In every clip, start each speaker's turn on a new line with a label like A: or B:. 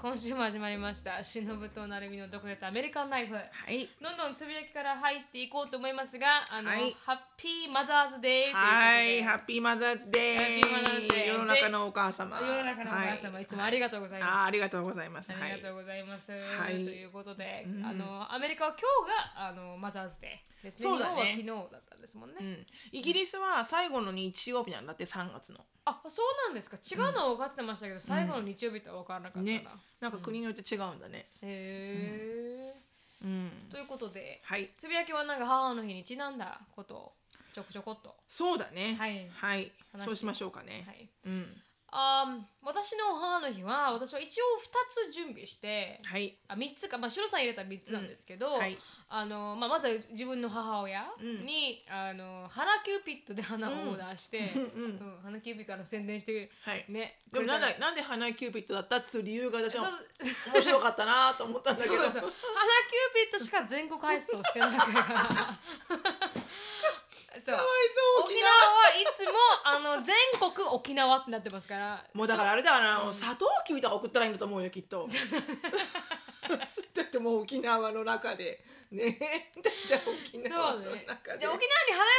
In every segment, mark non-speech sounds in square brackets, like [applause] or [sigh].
A: 今週も始まりました「しのぶとなるみの独立アメリカンライフ」
B: はい。
A: どんどんつぶやきから入っていこうと思いますがあの、
B: はい
A: ハッピーマザーズデーということ
B: はい。
A: で
B: ハッピーマザーズデー。
A: ハッピーマザーズデー
B: 世の中のお母様。
A: 世の中のお母様、、
B: はい
A: つもありがとうございます。
B: あーありがとうございます。
A: ありがと
B: は
A: うございます。
B: はい
A: ということで、
B: うん
A: あのアメリカは今日があのマザーズデーですね。
B: そうだね
A: 日本は昨日だったんですもんね。
B: い。うん。イギリスは最後の日曜日なんだって3月の。
A: あ、そうなんですか。違うのは分かってましたけど、最後の日曜日とは分からなかったな。
B: ね。なんか国によって違うんだね。
A: へえ、
B: うん。
A: ということで、
B: はい。
A: つぶやきはなんか母の日にちなんだことをちょこちょこっと。
B: そうだね。
A: はい
B: はい。
A: 話
B: そうしましょうかね。
A: はい。
B: うん。
A: あー私の母の日は私は一応2つ準備して
B: はい。
A: あ3つか、まあ、シロさん入れたら3つなんですけど、
B: はい。
A: あのまあ、まずは自分の母親に、あの花キューピットで花をオーダーして、
B: う
A: うんん
B: うん。
A: 花キューピットあの宣伝して
B: はい。
A: ね
B: でもなん
A: だ
B: でなんで花井キューピッドだったっていう理由が私
A: そう
B: は
A: そうそう
B: 面白かったなと思ったんだ
A: そう
B: けど。
A: 花キューピットしか全国配送してないから
B: [laughs]
A: そう
B: かわいそう
A: 沖縄はいつもあの全国沖縄ってなってますから
B: もうだからあれだよな、あのサトウキビとか送ったらいいんだと思うよきっ
A: [laughs]
B: と。だってもう沖縄の中でねだって沖
A: そうね
B: 縄の中で
A: じゃあ沖縄に花屋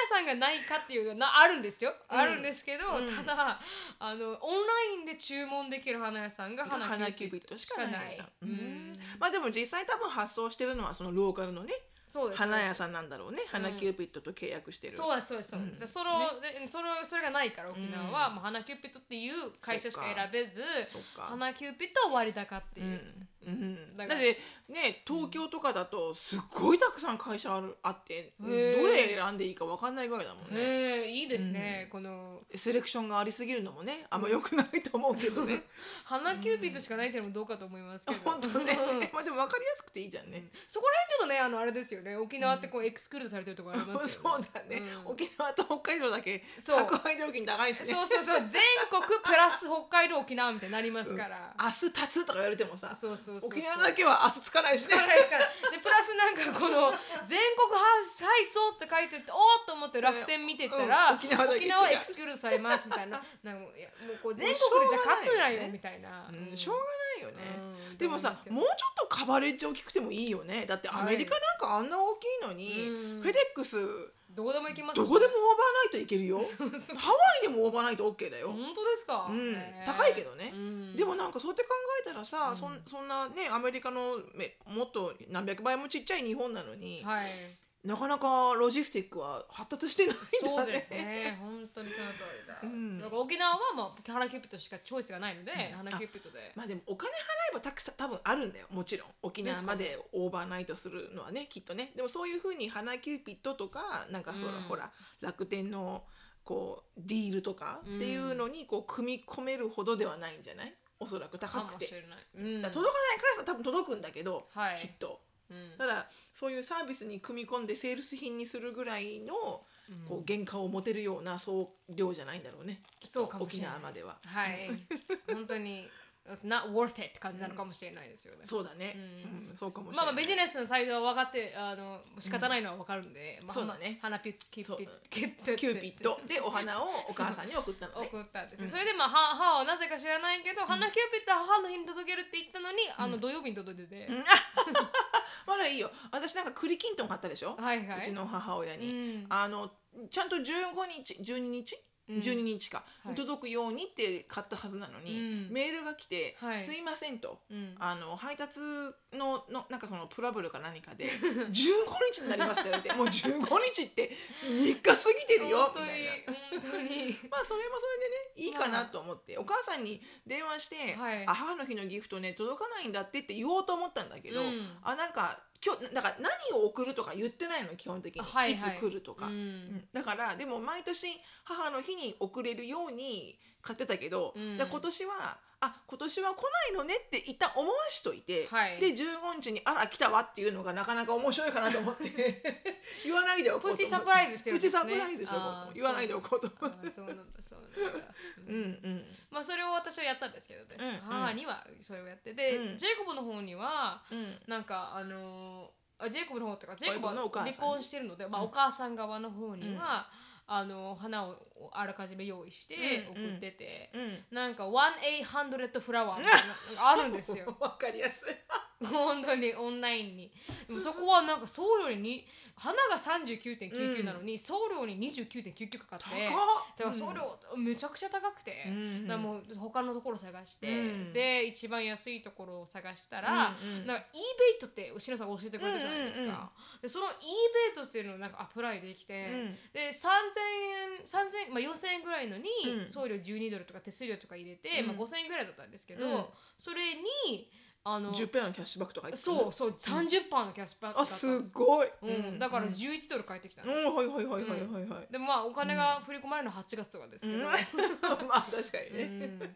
A: さんがないかっていうのはなあるんですよ、
B: うん
A: あるんですけど、
B: うん
A: ただあのオンラインで注文できる花屋さんが花
B: 花
A: キ
B: キ
A: ュー
B: ュー
A: ピ
B: ピ
A: ッ
B: ッ
A: ト
B: ト
A: し
B: し
A: か
B: か
A: な
B: ないい。
A: う
B: うんんまあでも実際多分発送してるのはそのローカルのね
A: そうです
B: 花屋さんなんだろうね花キューピットと契約してる。
A: そうですそうですそうです、そのでそのそれがないから沖縄は、もう花キューピットっていう会社しか選べず
B: そっか。
A: 花キューピットは割高っていう、
B: うん
A: だ
B: だっ
A: から
B: てね東京とかだとすっごいたくさん会社あるあってど
A: へー
B: れ選んでいいか分かんないぐらいだもんね
A: へえいいですね、この
B: セレクションがありすぎるのもねあんま良くないと思うけどね
A: 花キューピットしかないっていうのもどうかと思いますけど、
B: 本当ね
A: うん
B: まあでも分かりやすくていいじゃんね
A: そこら辺ちょっとねあのあれですよね沖縄ってこうエクスクルードされてるところあります
B: そ
A: よ
B: [laughs] う
A: ね、
B: だね
A: うん
B: 沖縄と北海道だけ
A: そう
B: 宅配料金高いしね
A: そうそうそう全国プラス北海道沖縄みたいになります
B: [laughs]
A: から、
B: 明日立つとか言われてもさ
A: そうそうそうそう
B: 沖縄だけは明日つかないしね
A: ないですからでプラスなんかこの「全国配送」って書いてておーっと思って楽天見てたら、
B: うん沖縄だけ違う
A: エクスクルーズされますみたい
B: [laughs]
A: ななんかもういやもうこう全国でじゃ勝てないよみたいな、
B: う
A: うん
B: んしょうがないよね、
A: うん
B: でもさ
A: と思
B: もうちょっとカバレッジ大きくてもいいよねだってアメリカなんかあんな大きいのに、
A: うん
B: フェデックス
A: どこでも行きます
B: どこでもオーバーナイトいける
A: [laughs]
B: よ
A: そう
B: ハワイでもオーバーナイト OK だよ、
A: 本当ですか、
B: うん
A: ね
B: 高いけどね
A: うん
B: でもなんかそうやって考えたらさ、そんそんなねアメリカのめもっと何百倍もちっちゃい日本なのに、
A: はい
B: なかなかロジスティックは発達してないんだね
A: そうですね本当にその通りだ、
B: うん
A: だから沖縄はまあ花キューピットしかチョイスがないので、花キューピットで
B: [laughs] まあでもお金払えばたくさん多分あるんだよもちろん沖縄までオーバーナイトするのはねきっとねでもそういうふうに花キューピットとかなんかその、
A: うん
B: ほら楽天のこうディールとかっていうのにこう組み込めるほどではないんじゃないおそらく
A: か
B: 高く
A: も
B: て
A: しれない、うん、
B: だから届かないからさ多分届くんだけど、
A: はい
B: きっと
A: うん
B: ただそういうサービスに組み込んでセールス品にするぐらいの
A: うん
B: こう原価を持てるような総量じゃないんだろうね
A: そうかもしれない
B: 沖縄までは
A: はい本当に not worth it って感じなのかもしれないですよね、
B: そうだね、
A: う
B: うんそうかもしれ
A: まあ
B: な
A: ま
B: い、
A: あビジネスのサイドは分かってあの仕方ないのは分かるんで、まあ
B: そうだね
A: 花ピュッキ
B: そ
A: ュ
B: う
A: ッキュッキュッ
B: キューピッドでお花をお母さんに送ったのね
A: 送ったんですよ、それでまあは母はなぜか知らないけど、花キューピットは母の日に届けるって言ったのに、あの土曜日に届いてて、
B: まだいいよ私なんか栗きんとん買ったでしょ、
A: はいはいう
B: ちの母親
A: う
B: に、
A: ん
B: あのちゃんと15日12日
A: うん
B: 12日か、
A: はい
B: 届くようにって買ったはずなのに、
A: うん
B: メールが来て「
A: はい
B: すいません」と
A: うん
B: あの配達ののなんかそのプラブルか何かで [laughs] 15日になりますって言われてもう15日って3日過ぎてるよ
A: 本
B: み
A: 当に
B: たいな。
A: 本当に
B: まあそれもそれでねいいかなと思って、お母さんに電話して、
A: はい
B: あ母の日のギフトね届かないんだってって言おうと思ったんだけど、
A: うん
B: あなんか今日だから何を送るとか言ってないの基本的に、
A: あはいはい
B: いつ来るとか、
A: うん
B: うんだからでも毎年母の日に送れるように買ってたけど、
A: うん
B: で今年はあ今年は来ないのねって一旦思わしといて、
A: はい
B: で15日に「あら来たわ」っていうのがなかなか面白いかなと思って [laughs] 言わないでおこう
A: プ
B: と思って
A: チサプライズしてるんですね
B: プチサプライズしておこうと思
A: あ
B: う
A: ー
B: 言わないでおこうと
A: あ
B: 思って。
A: ーそうなんだそうなんだ、うん
B: うんうん
A: まあそれを私はやったんですけどね、
B: うんうん
A: 母にはそれをやってで、
B: うん
A: ジェイコブの方には
B: うん
A: なんかあのーあジェイコブの方とかジェイコブ
B: ジェイコブのお
A: は
B: 母さん
A: 離婚してるので、まあ、お母さん側の方には、あの花をあらかじめ用意して
B: うんうん
A: 送ってて、
B: うん
A: なんか1-800フラワーみたいなのがあるんですよ
B: [laughs] わかりやすい。
A: 本当にオンラインにでもそこはなんか送料にに花が39.99なのに、送料に29.99かかってだ
B: 高っ
A: から送料めちゃくちゃ高くて、
B: うん
A: だからもう他のところ探して、
B: うん
A: で一番安いところを探したら、
B: うんうん
A: なんか e ベイトって後ろさんが教えてくれたじゃないですか、
B: うんうんうん
A: でその e ベイトっていうのをなんかアプライできて、
B: うん
A: で3000円3000、まあ、4000円ぐらいのに
B: うん
A: 送料12ドルとか手数料とか入れて、
B: うん
A: まあ、5000円ぐらいだったんですけど、
B: うん
A: それにあの
B: 10ペアのキャッシュバックとか入ってたの
A: そうそう30%のキャッシュバックだ
B: あ
A: ったんです
B: すごい、
A: うん、だから
B: うん、
A: 11ドル返ってきたん
B: う
A: ですよ、
B: ん、はいはいはいはいはいはい、
A: でもまあお金が振り込まれるのは8月とか [laughs] ですけど、
B: まあ確かに
A: う
B: ね、
A: んで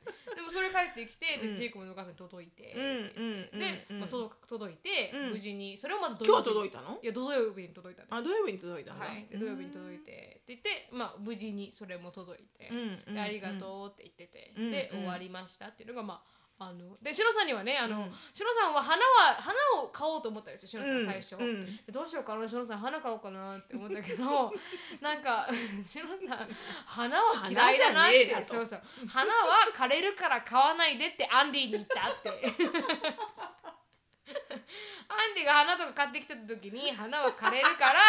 A: もそれ帰ってきて、
B: うん
A: でジェイコブのお母さんに届いて、
B: うんうんうん
A: で、
B: うん
A: まあ、届く届いて、
B: うん
A: 無事にそれをまた
B: 今日は届い
A: い
B: たの
A: いや土曜日に届いたんです
B: あ土曜日に届いたんだ、
A: はい、で土曜日に届いてって言って、まあ、無事にそれも届いて、
B: うん
A: でありがとうって言ってて、
B: うん
A: で
B: うん
A: 終わりましたっていうのがまああのでシロさんにはねあの、
B: うん
A: シロさんは花は花を買おうと思ったんですよシ
B: う
A: ロ
B: ん
A: さん最初。
B: うんうん
A: どうしようかな、しのさん、花買おうかなって思った
B: [laughs]
A: けど、なんか、しのさん、花は嫌いだなっ
B: 花じゃねえ
A: て、
B: だと
A: そうそう、花は枯れるから買わないでってアンディに言ったって。アンディが花とか買ってきた時に、花は枯れる
B: [laughs]
A: から、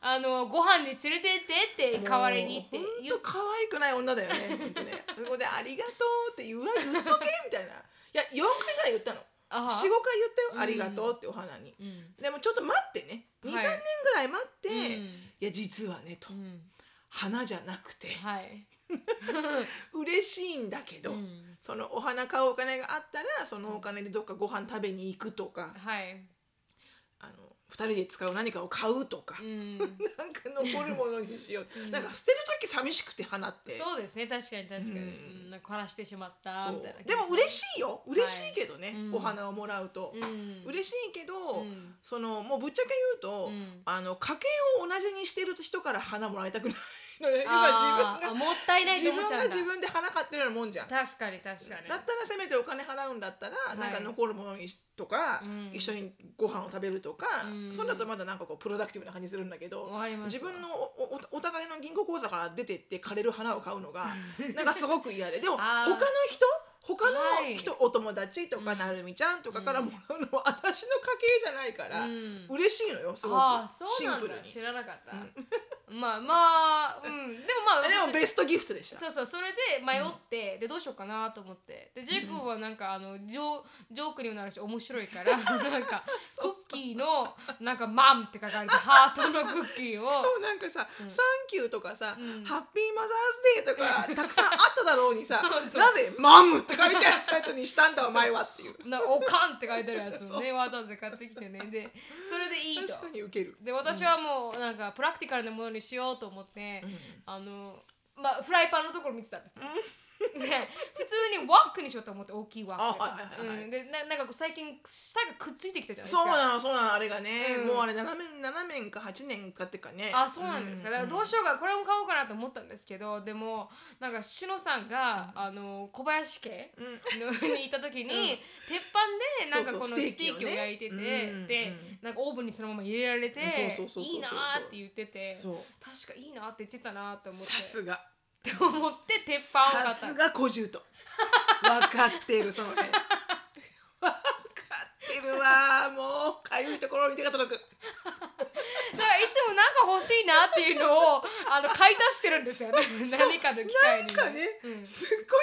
A: あの、ご飯に連れてってって、代わりにって
B: もう
A: 言
B: ほ
A: っ
B: んと可愛くない女だよね
A: [laughs]
B: 本当ねそこで「ありがとう」って言わ言っとけみたいないや4回ぐらい言ったの
A: あ
B: 45回言ったよ「ありがとう」ってお花に、
A: うん。
B: でもちょっと待ってね23、
A: はい
B: 年ぐらい待って、
A: うん
B: いや実はねと、
A: うん。
B: 花じゃなくて
A: はい。
B: 嬉しいんだけど、
A: うん
B: そのお花買うお金があったらそのお金でどっかご飯食べに行くとか、
A: はい。
B: あの2人で使う何かを買うとか
A: う、ん。
B: なんか残るものにしよう、
A: ん
B: なんか捨てる時寂しくて花って
A: そうですね、確かに確かに。
B: うん
A: うん、なんか枯らしてしまっ
B: そ
A: た
B: う
A: みたいな。
B: でも嬉しいよ嬉しいけどね、
A: うん
B: お花をもらうと、
A: うん、
B: 嬉しいけど、
A: うん
B: そのもうぶっちゃけ言うと、
A: うん
B: あの家計を同じにしてる人から花もらいたくないのよ今自
A: あ
B: 分
A: ー
B: が
A: あもったいないと
B: 自
A: 思っ
B: 分
A: ちゃ
B: が
A: うんだ
B: 自分で花買ってるようなもんじゃん。
A: 確かに確かに
B: だったらせめてお金払うんだったら、
A: い
B: なんか残るものにしとか、
A: うん
B: 一緒にご飯を食べるとか、
A: うん
B: そんだとまだなんかこうプロダクティブな感じするんだけど
A: わかります
B: 自分のおおお互いの銀行口座から出てって枯れる花を買うのがなんかすごく嫌ででも
A: [laughs] あ
B: 他
A: ー
B: の人他
A: は
B: の
A: い
B: 人、お友達とか、
A: うん
B: なるみちゃんとかからもらうのは私の家計じゃないから、
A: うん
B: 嬉しいのよすごく
A: ああそう
B: シン
A: なん
B: プ
A: だ
B: ルに。
A: 知らなかった、まあまあうんでもまあ
B: [laughs] でも
A: 私
B: ベストギフトでした。
A: そうそうそれで迷って、でどうしようかなと思ってでジェイコブはなんかあのジョジョークにもなるし面白い
B: [laughs]
A: からなんかクッキーのなんか「マン」って書かれたハートのクッキー
B: [laughs]
A: を
B: もうなんかさ、サンキューとかさ、
A: うん
B: ハッピーマザーズデ
A: [laughs]
B: ーとかたくさんあっただろうにさ
A: そうそう
B: なぜマムって書いてあるやつにしたんだお前はっていう
A: なおかんって書いてある
B: [laughs]
A: やつをねわざわざ買ってきてねでそれでいいと
B: 確かにウケる
A: で私はもうなんかプラクティカルなものにしようと思って、あのまあフライパンのと [laughs] ころ見てたんですよ。で普通にワックにしようと思って大きいワック
B: あはいはいはいはい
A: うんでななんかこう最近下がくっついてきたじゃないですか
B: そうなのそうなのあれがね、
A: うん
B: もうあれ7年 ,7 年か8年かっていうかね
A: あそうなんですか、だからどうしようかこれも買おうかなと思ったんですけどでもなんかしのさんが、あの小林家
B: うん
A: のにいた時に、鉄板でなんかこの
B: そうそう
A: ステーキを
B: ステーキをね
A: 焼いてて、
B: うん
A: で
B: うん
A: なんかオーブンにそのまま入れられて
B: そうそうそうそうそう
A: いいなーって言ってて
B: そう
A: 確かいいなーって言ってたなーって思って
B: さすが
A: って思って鉄板を
B: さ
A: 買
B: す
A: った
B: が小獣と分かっているその
A: [laughs]
B: 辺分かってるわもうかゆいところに手が届く
A: だからいつもなんか欲しいなっていうの
B: [laughs]
A: をあの買い足してるんですよね何かの機会
B: なん
A: に
B: かね、
A: うん
B: すっご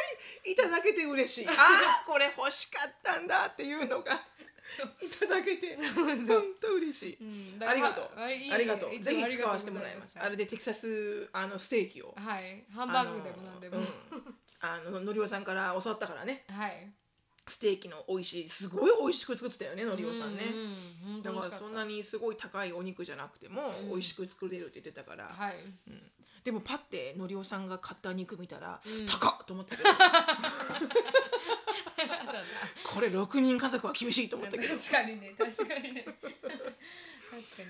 B: いいただけて嬉しいああこれ欲しかったんだっていうのがいただけて本当嬉しい、
A: うんだ
B: あ
A: か
B: り
A: ら
B: がとう
A: あいい
B: ありがと
A: いうつ
B: ぜ
A: も
B: ひ使わせてもらいます
A: あ
B: あ
A: り
B: れでテキサスあのステーキを
A: がとうございますはいハンバーグでもなんでも、
B: あの,、うん、あののりおさんから教わったからね
A: はい
B: ステーキの美味しいすごい美味しく作ってたよねのりおさんね、
A: うんうん、
B: だか
A: 本当に美味しかっ
B: ら
A: た
B: そんなにすごい高いお肉じゃなくても美味しく作れるって言ってたから、
A: はい
B: でもパッてのりおさんが買った肉見たら、
A: うん
B: 高っと思っ
A: [laughs]
B: たけどこれ6人家族は厳しいと思ったけど、 [laughs]
A: 確かにね確かにね確かに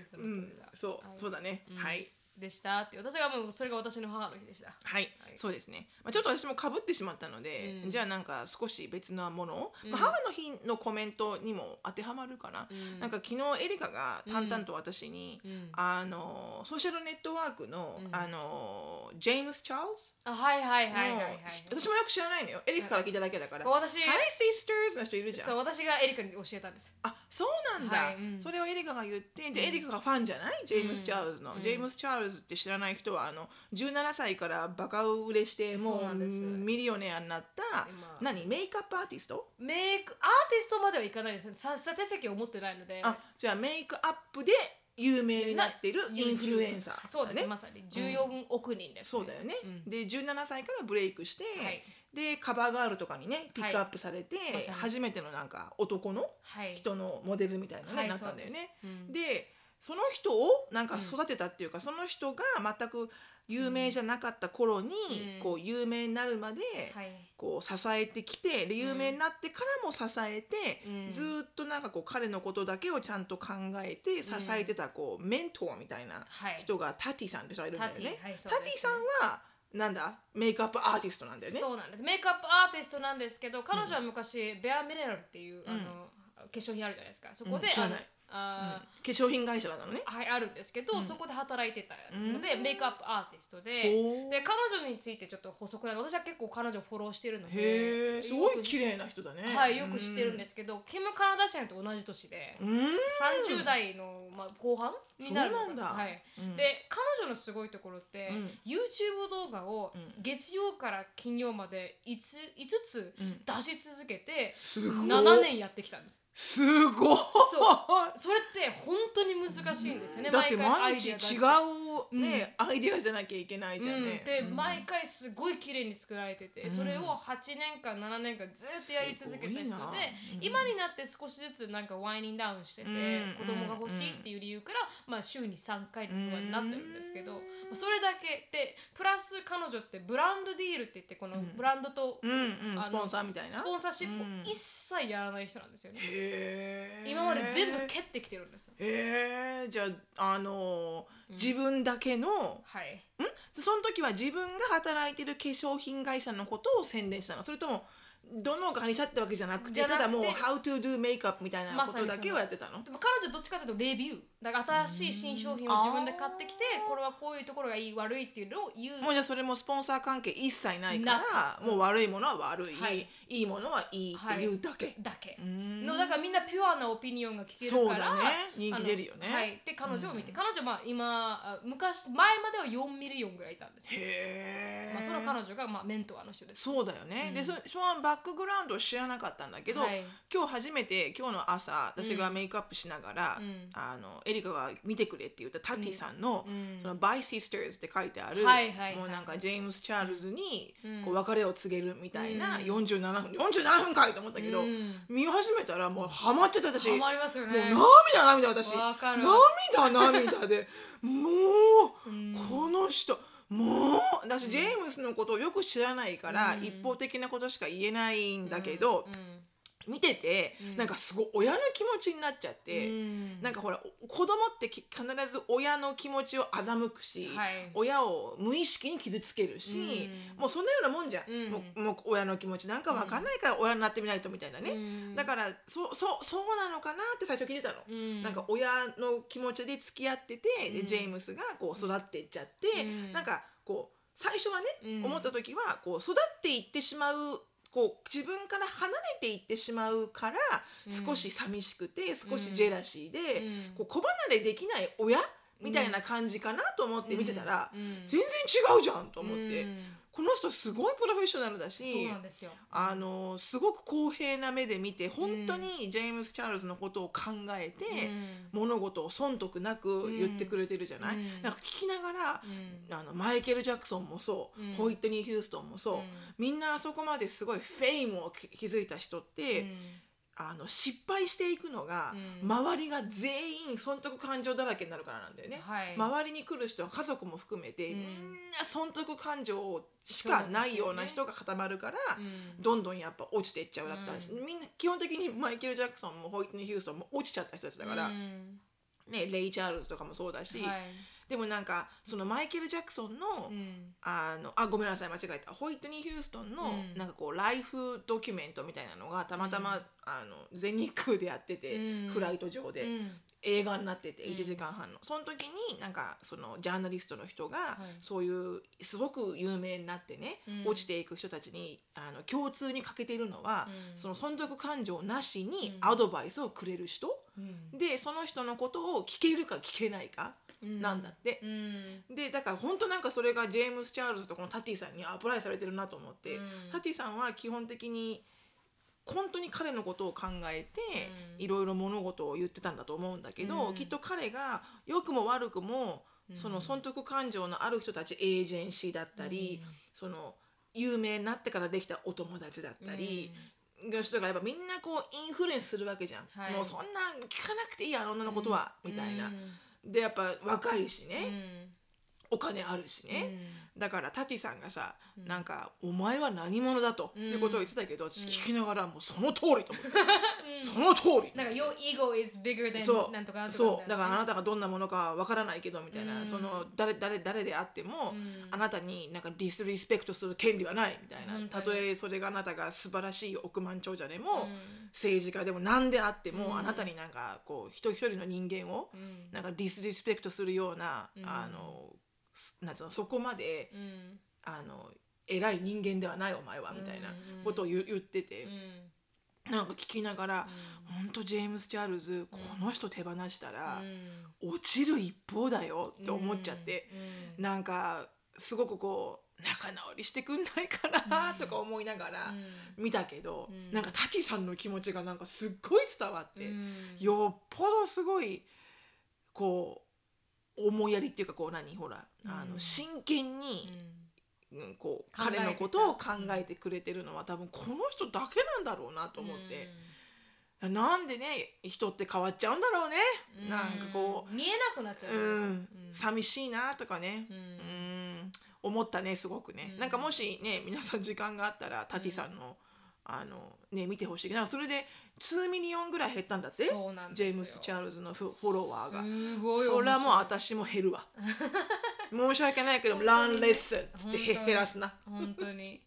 A: その通
B: うん
A: りだ、
B: そう、そうだね、はい
A: でしたって私がもうそれが私の母の日でした
B: はい、
A: はい
B: そうですね、まあ、ちょっと私もかぶってしまったので、
A: うん
B: じゃあなんか少し別なものを、
A: うん
B: まあ、母の日のコメントにも当てはまるかな、
A: うん
B: なんか昨日エリカが淡々と私に、
A: うん
B: あのソーシャルネットワークの、
A: うん
B: あのジェームス・チャールズ
A: あはいはいはい
B: の、
A: はいはいはい
B: 私もよく知らないのよエリカから聞いただけだから「Hi
A: 私
B: Sisters」の人いるじゃ
A: そうん私がエリカに教えたんです
B: あそうなんだ、
A: はいうん
B: それをエリカが言ってで、
A: うん
B: エリカがファンじゃないジェームス・チャールズの、
A: うん
B: ジェームス・チャールズって知らない人はあの17歳からバカ売れして
A: そう
B: も
A: な
B: うん
A: です
B: ミリオネアになった
A: 今
B: 何メイクアップアーティスト
A: メイクアーティストまではいかないですササティフィケを持ってないので
B: あじゃあメイクアップで有名になってるインフルエンサー
A: そうですね
B: ね
A: まさに14億人です、
B: そうだよね、
A: うん
B: で17歳からブレイクして、
A: はい
B: でカバーガールとかにねピックアップされて、
A: まさに
B: 初めてのなんか男の
A: はい
B: 人のモデルみたいなの
A: はい
B: になったんだよね、
A: そうですうん
B: でその人をなんか育てたっていうか、その人が全く有名じゃなかった頃に、
A: うん
B: こう有名になるまで、
A: はい
B: こう支えてきてで有名になってからも支えて、
A: うん
B: ずーっとなんかこう彼のことだけをちゃんと考えて支えてたこう、メントーみたいな
A: はい
B: 人がタティさんって人がいるんだよね。
A: タティはいそう
B: タ
A: です
B: ティさんはなんだメイクアップアーティストなんだよね。
A: そうなんですメイクアップアーティストなんですけど彼女は昔、ベアミネラルっていうあの、化粧品あるじゃないですかそこで、
B: うん知ら
A: あの
B: ないうん
A: あ
B: 化粧品会社なのね。
A: ーはいあるんですけど、
B: うん
A: そこで働いてたので、
B: うん
A: メイクアップアーティストで。
B: ほー
A: で彼女についてちょっと補足なんで私は結構彼女をフォローしてるの
B: へ
A: で
B: えすごい
A: よく
B: 綺麗な人だね。
A: はい、よく知ってるんですけど、キム・カラダシアンと同じ年で、
B: うん。うん
A: 30代の、まあ、後半になるのか
B: そうなんだ
A: はい
B: うん
A: で彼女のすごいところって、
B: うん
A: YouTube 動画を
B: うん
A: 月曜から金曜まで 5, つ
B: うん
A: 出し続けて
B: すごい
A: 7年やってきたん
B: [laughs]
A: です
B: すごい
A: そうそれって本当に難しいんですよね
B: だって
A: アイ
B: 毎
A: デ
B: 日
A: ィア出
B: 違
A: して
B: うね、アイデアじゃなきゃいけないじゃんね。
A: うん、で、
B: うん
A: 毎回すごい綺麗に作られてて、
B: うん
A: それを8年間7年間ずっとやり続けた人
B: すご
A: で、
B: いなうん
A: 今になって少しずつなんかワイニングダウンしてて、
B: うん
A: 子供が欲しいっていう理由から、まあ、週に3回になってるんですけど、
B: うん
A: まあ、それだけでプラス彼女ってブランドディールって言ってこの
B: うん
A: ブランドと
B: うんう
A: あの
B: ん、スポンサーみたいな。
A: スポンサーシップを
B: うん
A: 一切やらない人なんですよね。
B: へー
A: 今まで全部蹴ってきてるんですよ。
B: へえじゃああのー
A: うん
B: 自分だけの、
A: はい、
B: んその時は自分が働いてる化粧品会社のことを宣伝したのそれともどの会社ってわけじゃなくて
A: じゃなくて
B: ただもう「how to do makeup」みたいなことだけをやってたの、
A: でも彼女どっちかというとレビューだから新しい新商品を自分で買ってきてこれはこういうところがいい悪いっていうのを言う
B: もうじゃあそれもスポンサー関係一切ないからもう悪いものは悪い、
A: はい
B: い、いものはいいっていうだけ、
A: だけ
B: うーん
A: のだからみんなピュアなオピニオンが聞ける
B: そう
A: から
B: だね人気出るよね、
A: あのはい、で彼女を見て、彼女まあ今あ昔前までは4ミリオンぐらいいたんですよ、
B: へえ、
A: まあ、その彼女がまあメントアの人です
B: そうだよね、
A: うん
B: でそそのバックグラウンドを知らなかったんだけど、
A: はい
B: 今日初めて今日の朝私がメイクアップしながら、
A: うん
B: あのエリカが見てくれって言ったタティさんの「
A: うん
B: その By Sisters」って書いてある、
A: はいはいはい
B: もうなんかジェームス・チャールズに
A: うん
B: こう別れを告げるみたいな
A: うん
B: 47分、47分かいと思ったけど、
A: うん
B: 見始めたらもうハマっちゃって私
A: ハ
B: もう
A: マりますよね
B: 涙涙私
A: わかる
B: 涙
A: [laughs]
B: 涙でもう。
A: うん
B: この人もう私ジェームスのことをよく知らないから、
A: うん
B: 一方的なことしか言えないんだけど
A: う、ん
B: 見てて、
A: うん
B: なんかすごい親の気持ちになっちゃって、
A: うん
B: なんかほらお子供ってき必ず親の気持ちを欺くし、
A: はい
B: 親を無意識に傷つけるし、
A: うん
B: もうそんなようなもんじゃん、
A: うん
B: もうもう親の気持ちなんか分かんないから親になってみないとみたいなね、
A: うん
B: だからそそそうなのかなって最初聞いてたの。
A: うん
B: なんか親の気持ちで付き合ってて、
A: うん
B: でジェームスがこう育っていっちゃって、
A: うん
B: なんかこう最初はね、
A: うん
B: 思った時はこう育っていってしまうこう自分から離れていってしまうから
A: うん
B: 少し寂しくて、少しジェラシーで、
A: うん
B: こう子離れできない親みたいな感じかなと思って見てたら、
A: うんうん
B: 全然違うじゃんと思って、
A: うん
B: この人すごいプロフェッショナルだし。
A: そうなんですよ
B: あのすごく公平な目で見て本当にジェームス・チャールズのことを考えて、
A: うん
B: 物事を損得なく言ってくれてるじゃない、
A: うん
B: なんか聞きながら
A: う、ん
B: あのマイケル・ジャクソンもそう、
A: うん
B: ホイットニー・ヒューストンもそう、
A: うん
B: みんなあそこまですごいフェイムをき築いた人って、
A: うん
B: あの失敗していくのが、
A: うん
B: 周りが全員損得感情だらけになるからなんだよね。
A: はい
B: 周りに来る人は家族も含めて、
A: うん
B: みんな損得感情しかないような人が固まるから、
A: うん
B: どんどんやっぱ落ちていっちゃうだったらし、
A: う
B: みんな基本的にマイケル・ジャクソンもホイットニー・ヒューストンも落ちちゃった人たちだから、
A: うん
B: ね、レイ・チャールズとかもそうだし、
A: はい
B: でもなんかそのマイケル・ジャクソンの,、
A: うん
B: あのあごめんなさい間違えたホイットニー・ヒューストンの、
A: うん
B: なんかこうライフドキュメントみたいなのがたまたま、
A: うん
B: あの全日空でやってて、
A: うん
B: フライト上で、
A: うん
B: 映画になってて
A: うん
B: 1時間半の、その時になんかそのジャーナリストの人が
A: い
B: そういうすごく有名になってね、
A: うん
B: 落ちていく人たちにあの共通に欠けているのは、
A: うん
B: その損得感情なしに
A: うん
B: アドバイスをくれる人、
A: うん
B: でその人のことを聞けるか聞けないか
A: うん
B: なんだって
A: う、ん
B: でだから本当なんかそれがジェームス・チャールズとこのタティさんにアプライされてるなと思って、
A: うん
B: タティさんは基本的に本当に彼のことを考えて、
A: うん
B: いろいろ物事を言ってたんだと思うんだけど、
A: うん
B: きっと彼が良くも悪くも、
A: うん
B: その損得感情のある人たちエージェンシーだったり、
A: うん
B: その有名になってからできたお友達だったり、の人がやっぱみんなこうインフルエンスするわけじゃん、
A: はい
B: もうそんな聞かなくていいあの女のことは、
A: うん
B: みたいな。
A: うん
B: でやっぱ若いしね、
A: うん
B: お金あるしね、だからタティさんがさ、
A: うん
B: なんか「お前は何者だと」って
A: うん
B: いうことを言ってたけど私
A: うん
B: 聞きながらもうその通りと思っ
A: う
B: て、
A: ん
B: その通り
A: なんか Your ego is bigger than
B: そう
A: なんとかなんとか
B: そうだからあな
A: た
B: たがどんなものかわからないけどみたいな、
A: うん
B: その誰誰誰であっても、
A: うん
B: あなたになんかディスリスペクトする権利はないみたいな、
A: 本当
B: た
A: に
B: とえそれがあなたが素晴らしい億万長者でも、政治家でも何であっても、
A: うん
B: あなたになんかこう一人一人の人間を
A: うん
B: なんかディスリスペクトするような、
A: うん
B: あのすなんつうのそこまで、
A: うん
B: あの偉い人間ではないお前はみたいな
A: うん
B: ことを言,、言ってて
A: う、ん
B: なんか聞きながら、
A: う
B: ほんとジェームス・チャールズこの人手放したら
A: ん、
B: 落ちる一方だよって思っちゃって、
A: うん
B: なんかすごくこう仲直りしてくんないかなとか思いながら見たけど、
A: うん
B: なんかタキさんの気持ちがなんかすっごい伝わって、
A: うん
B: よっぽどすごいこう思いやりっていうかこう何ほら、あ
A: う
B: の
A: ん
B: 真剣に、
A: うん
B: うんこう
A: 考えてた
B: 彼のことを考えてくれてるのは多分この人だけなんだろうなと思って、なんでね人って変わっちゃうんだろうね、
A: うん
B: なんかこ
A: 見えなくなっちゃ
B: う、
A: う
B: うん
A: さ
B: 寂しいなとかね、うん思ったねすごくね、
A: うん
B: なんかもしね皆さん時間があったらタティさんの、あのね見てほしいなんかそれで2ミリオンぐらい減ったんだって
A: そうなんです
B: ジェ
A: よ
B: ームス・チャールズのフフォロワーが。
A: すごい
B: それはもう
A: 面白い
B: 私も減
A: [laughs]
B: るわ申し訳ないけど「
A: 本当
B: ラ
A: に
B: ンレッスン」っつ
A: 本
B: っ
A: 当
B: て
A: に
B: 減らすな
A: 本当に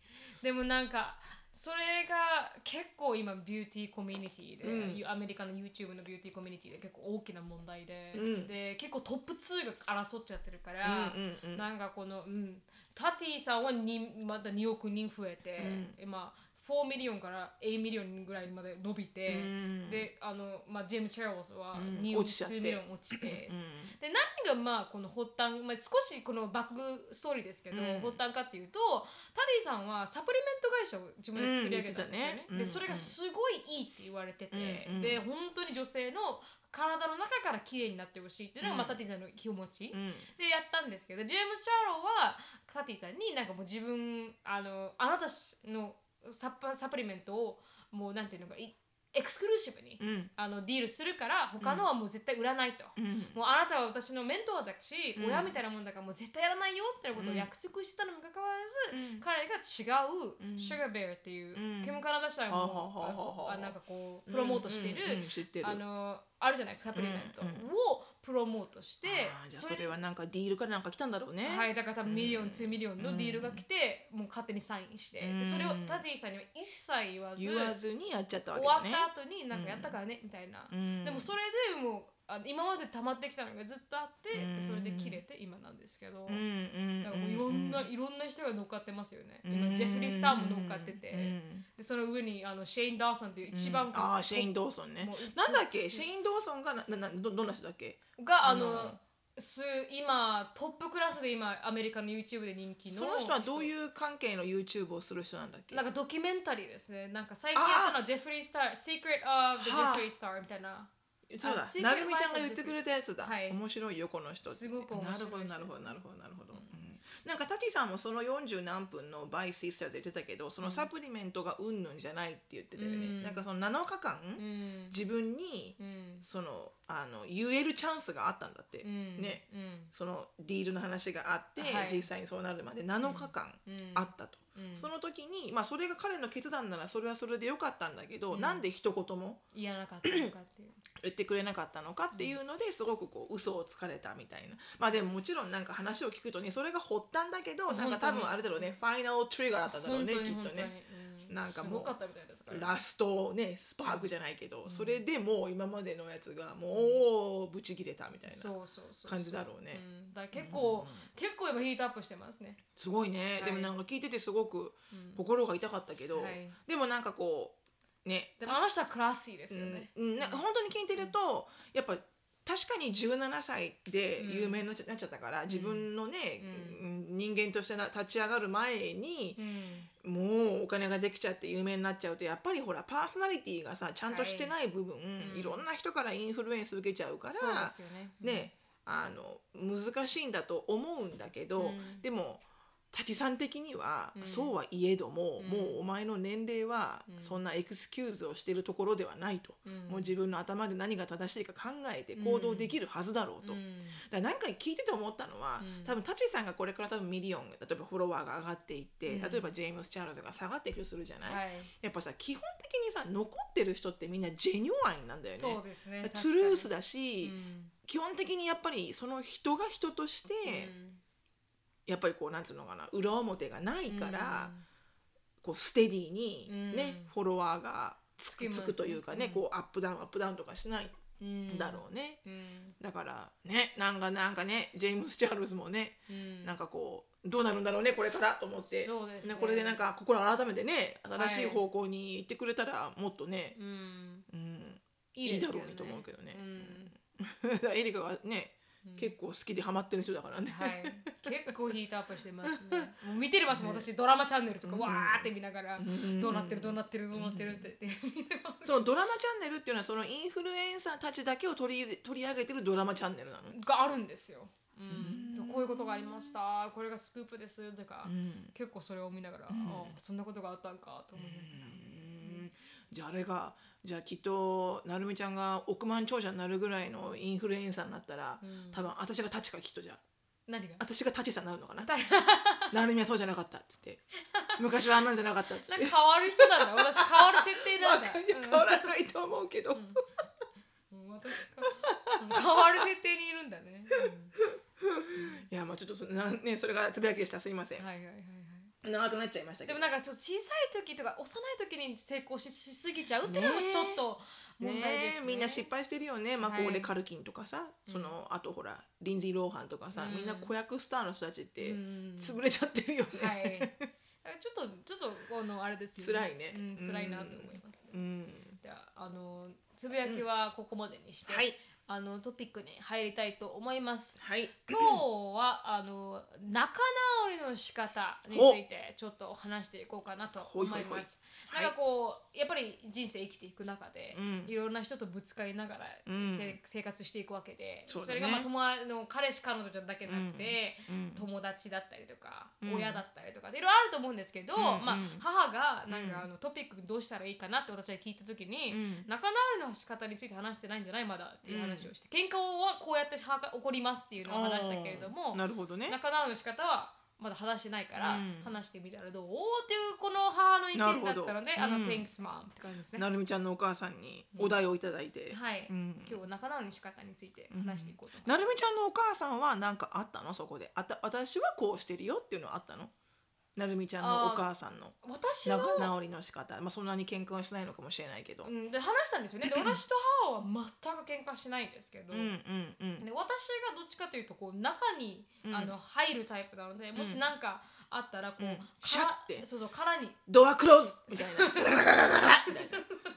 A: でもなんかそれが結構今ビューティーコミュニティで、
B: う
A: アメリカの YouTube のビューティーコミュニティで結構大きな問題で、
B: うん
A: で結構トップ2が争っちゃってるか
B: うん
A: ら、
B: うんうん
A: なんかこの、うん、タティさんはにまだ2億人増えて、今4ミリオンから8ミリオンぐらいまで伸びて、
B: うん
A: であの、まあ、ジェームス・チャールズは
B: うん
A: 2億
B: 落ちちゃって
A: 数ミリオン落ちて
B: う。ん
A: で何がまあこの発端、まあ、少しこのバックストーリーですけど、
B: うん
A: 発端かっていうとタディさんはサプリメント会社を自分で作り上げたんですよね,、
B: うん言ってたねうん
A: でそれがすごいいいって言われてて、
B: うん
A: で本当に女性の体の中から綺麗になってほしいっていうのが、まあ、タディさんの気持ち、
B: うん
A: でやったんですけどジェームス・チャーローはタティさんになんかもう自分あのあなたのサプサプリメントをもうなんていうのかいエクスクルーシブに、
B: うん
A: あのディールするから他のはもう絶対売らないと。
B: うん
A: もうあなたは私のメントーだし、
B: うん
A: 親みたいなもんだからもう絶対やらないよってなことを約束してたのにもかかわらず、彼が違
B: う
A: うんシュガーベアっていう、
B: うん
A: ケムカラダ社
B: はあは
A: も
B: あはあはあ
A: あなんかこうプロモートしている、
B: うんうんうん知ってる
A: あのあるじゃないですかサプリメント
B: うん
A: をプロモートして、
B: あーじゃあそれはなんかディールからなんか来たんだろうね
A: はい、だから多分
B: うん
A: ミリオン、2ミリオンのディールが来て、もう勝手にサインして、
B: う
A: で
B: ん
A: それをタティさんには一切言わず
B: 言わずにやっちゃったわ
A: 終わっ
B: けだね
A: た後になんかやったからね、みたいな、
B: うん
A: でもそれでもうあ今まで溜まってきたのがずっとあって、
B: うん
A: それで切れて今なんですけど、
B: うんうん
A: だからもういろんな、
B: う
A: いろんな人が乗っかってますよね、
B: うん
A: 今ジェフリー・スターも乗っかってて、
B: うん
A: でその上にあのシェイン・ダーソンっていう一番、
B: うんあーシェイン・ドーソンね
A: もう
B: なんだっけシェイン・ドーソンがなななどどんな人だっけ
A: があ
B: あ
A: の、
B: の
A: す今トップクラスで今アメリカの YouTube で人気の
B: その人はどう
A: う
B: いう関係の YouTube をする人なんだっけ
A: なんかドキュメンタリーですねなんか最近やったのはジェフリー・スター「Secret of the
B: はあ
A: Jeffree Star」みたいな
B: そうだ
A: あ、Secret
B: なるみちゃんが言ってくれたやつだ。
A: はい
B: 面白いよこの人って。
A: すごく面白い人です
B: なるほどなるほどなるほどなるほど。うんなんかタティさんもその40何分のバイシスターズで言ってたけど、そのサプリメントがうんぬんじゃないって言ってたよね。
A: うん
B: なんかその7日間、
A: うん
B: 自分に
A: うん
B: そのあの言えるチャンスがあったんだって。
A: うん
B: ね、
A: うん
B: そのディールの話があって、
A: はい
B: 実際にそうなるまで7日間
A: うん
B: あったと。
A: うん
B: その時に、まあ、それが彼の決断ならそれはそれでよかったんだけど、
A: うん
B: なんで一言も
A: 嫌なかったとかっ
B: [clears throat]
A: ていう
B: 言ってくれなかったのかっていうのですごくこう嘘をつかれたみたいなまあでももちろんなんか話を聞くとねそれが発端だけどなんか多分あれだろうねファイナルトリガーだっただろう
A: 本
B: ね
A: 当
B: きっ
A: に本当
B: と
A: に
B: ね。
A: う
B: なんかも
A: す
B: う
A: ごかったみたいですから
B: ラストねスパークじゃないけど、
A: うん
B: それでもう今までのやつがもうブチ切れたみたいな
A: そうそうそう
B: 感じだろう
A: う
B: ね。
A: ん、だから結構、
B: うん
A: 結構今ヒートアップしてますね、
B: すごいね、
A: はい
B: でもなんか聞いててすごく
A: うん
B: 心が痛かったけど、
A: はい
B: でもなんかこうね
A: でもあの人はクラッシーですよね、
B: うんうん、なんか本当に聞いてると、やっぱ確かに17歳で有名になっちゃなっちゃったから、自分のね、
A: う
B: うん人間としてな立ち上がる前に
A: う、ん
B: もうお金ができちゃって有名になっちゃうとやっぱりほらパーソナリティがさちゃんとしてない部分、
A: いうん
B: い、ろんな人からインフルエンス受けちゃうから
A: そうですよね
B: ねあの難しいんだと思うんだけ
A: う
B: ど、
A: ん
B: でもタチさん的には、
A: うん
B: そうはいえども、
A: うん
B: もうお前の年齢は、
A: うん
B: そんなエクスキューズをしてるところではないと、
A: うん
B: もう自分の頭で何が正しいか考えて行動できるはずだろうと。
A: う
B: だか
A: ん
B: ら何回聞いてて思ったのは、
A: うん
B: 多分タチさんがこれから多分ミリオン例えばフォロワーが上がっていって、
A: うん
B: 例えばジェームス・チャールズが下がっていくとするじゃない、
A: はい、
B: やっぱさ基本的にさ残ってる人ってみんなジェニュアンなんだよね
A: そうですね
B: トゥルース
A: だ
B: だし、
A: うん
B: 基本的にやっぱりその人が人として、やっぱりこうなんつうのかな裏表がな
A: う
B: い
A: ん
B: から、こうステディにね、
A: うん
B: フォロワーがつ
A: つき
B: く
A: ます
B: つくというかね、
A: うん
B: こうアップダウンアップダウンとかしない
A: うん
B: んだろうね、
A: うん、
B: だからねなんかなんかねジェームス・チャールズもね、
A: うん、
B: なん
A: か
B: かこうどうなるんだろうねこれからと思って。
A: そうです、ね、
B: ねこれでなん、か心改めてね新しい
A: はい
B: 方向に行ってくれたらもっとね、
A: うん、
B: うん、
A: い
B: い
A: い
B: い
A: です
B: だろ
A: けど
B: うねと思うけどね
A: う。ん
B: だから [laughs] エリカがね
A: うん
B: 結構好きでハマってる人だからね。
A: はい、結構ヒートアップしてます
B: [laughs]
A: ね。もう見てればもう私ドラマチャンネルとか
B: うん
A: わーって見ながら、 [laughs] どうなってるどうなってるどうなってるって言って見てます
B: そのドラマチャンネルっていうのはそのインフルエンサーたちだけを取り入れ取り上げてるドラマチャンネルなの、
A: があるんですよ。うん
B: うん
A: こういうことがありましたこれがスクープですとか、
B: うん
A: 結構それを見ながら、
B: ん
A: あそんなことがあったんかと思いながら。
B: じゃああれがじゃあきっとなるみちゃんが億万長者になるぐらいのインフルエンサーになったら、
A: うん
B: 多分私がタチかきっとじゃあ
A: 何が
B: 私がタチさんになるのかな [laughs] なるみはそうじゃなかったっつって昔はあんなんじゃなかったっつっ
A: なん
B: て
A: か変わる人なんだ私変わる設定なんだ、
B: いや変 [laughs] わらないと思うけど、
A: うんうん私かうん変わる設定にいるんだね、
B: いやまあちょっとそなん、ね、それがつぶやきでしたすいません
A: うん、はいはいはいはい
B: 長くなっちゃいましたけ
A: でも
B: ど
A: なんかちょっと小さい時とか幼い時に成功ししすぎちゃうっていうのも
B: ねえ
A: ちょっと問題ですね
B: ねえみんな失敗してるよねマコー
A: は
B: レ・
A: い
B: カルキンとかさ、そのあとほらリンズィー・ローハンとかさ、
A: うん
B: みんな子役スターの人たちって
A: うん
B: 潰れちゃってるよね、
A: はいだからちょっとちょっとあのあれですよ
B: 辛いね
A: うん、辛いなと思いますね、
B: うん
A: じゃああのつぶやきはここまでにして、
B: はい
A: あのトピックに入りたいと思います
B: はい
A: 今日はあの仲直りの仕方についてちょっと話していこうかなと思います。
B: ほいほいほい
A: なんかこうやっぱり人生生きていく中で、
B: うん
A: いろんな人とぶつかりながら、
B: うん
A: せ生活していくわけで
B: そうだ
A: れ
B: ね
A: がまあ友達の彼氏彼女だけじゃなくて、
B: うん
A: 友達だったりとか、
B: うん
A: 親だったりとかでいろいろあると思うんですけど、
B: うん
A: まあ
B: うん、
A: 母がなん
B: うん
A: かあのトピックどうしたらいいかなって私は聞いた時に。
B: うん
A: 仲直りの仕方について話してないんじゃないまだっていう話をして、喧嘩はこうやってはが起こりますっていうのを話したけれど
B: あー
A: も
B: なるほどね
A: 仲直りの仕方はまだ話してないから、
B: うん
A: 話してみたらどうっていうこの母の意見だ
B: なる
A: っ
B: ほ
A: た
B: ど
A: のであの、
B: うん
A: Thanks mom って感じですね。
B: なるみちゃんのお母さんにお題をいただいて、
A: はい、
B: うん
A: 今日は仲直りの仕方について話していこうと思います。
B: なるみちゃんのお母さんは何かあったのそこであた私はこうしてるよっていうのはあったのなるみちゃんのお母さんの
A: 私は、
B: 仲直りの仕方まあそんなに喧嘩はしないのかもしれないけど、
A: うん、で話したんですよねで私と母は全く喧嘩しないんですけど、
B: うんうんうん
A: で私がどっちかというとこう中に、
B: うん
A: あの入るタイプなのでもし何かあったらこう、
B: うん
A: から
B: シャッて
A: そうそう殻に
B: ドアクローズみたいな。ガラガラガラガラみたい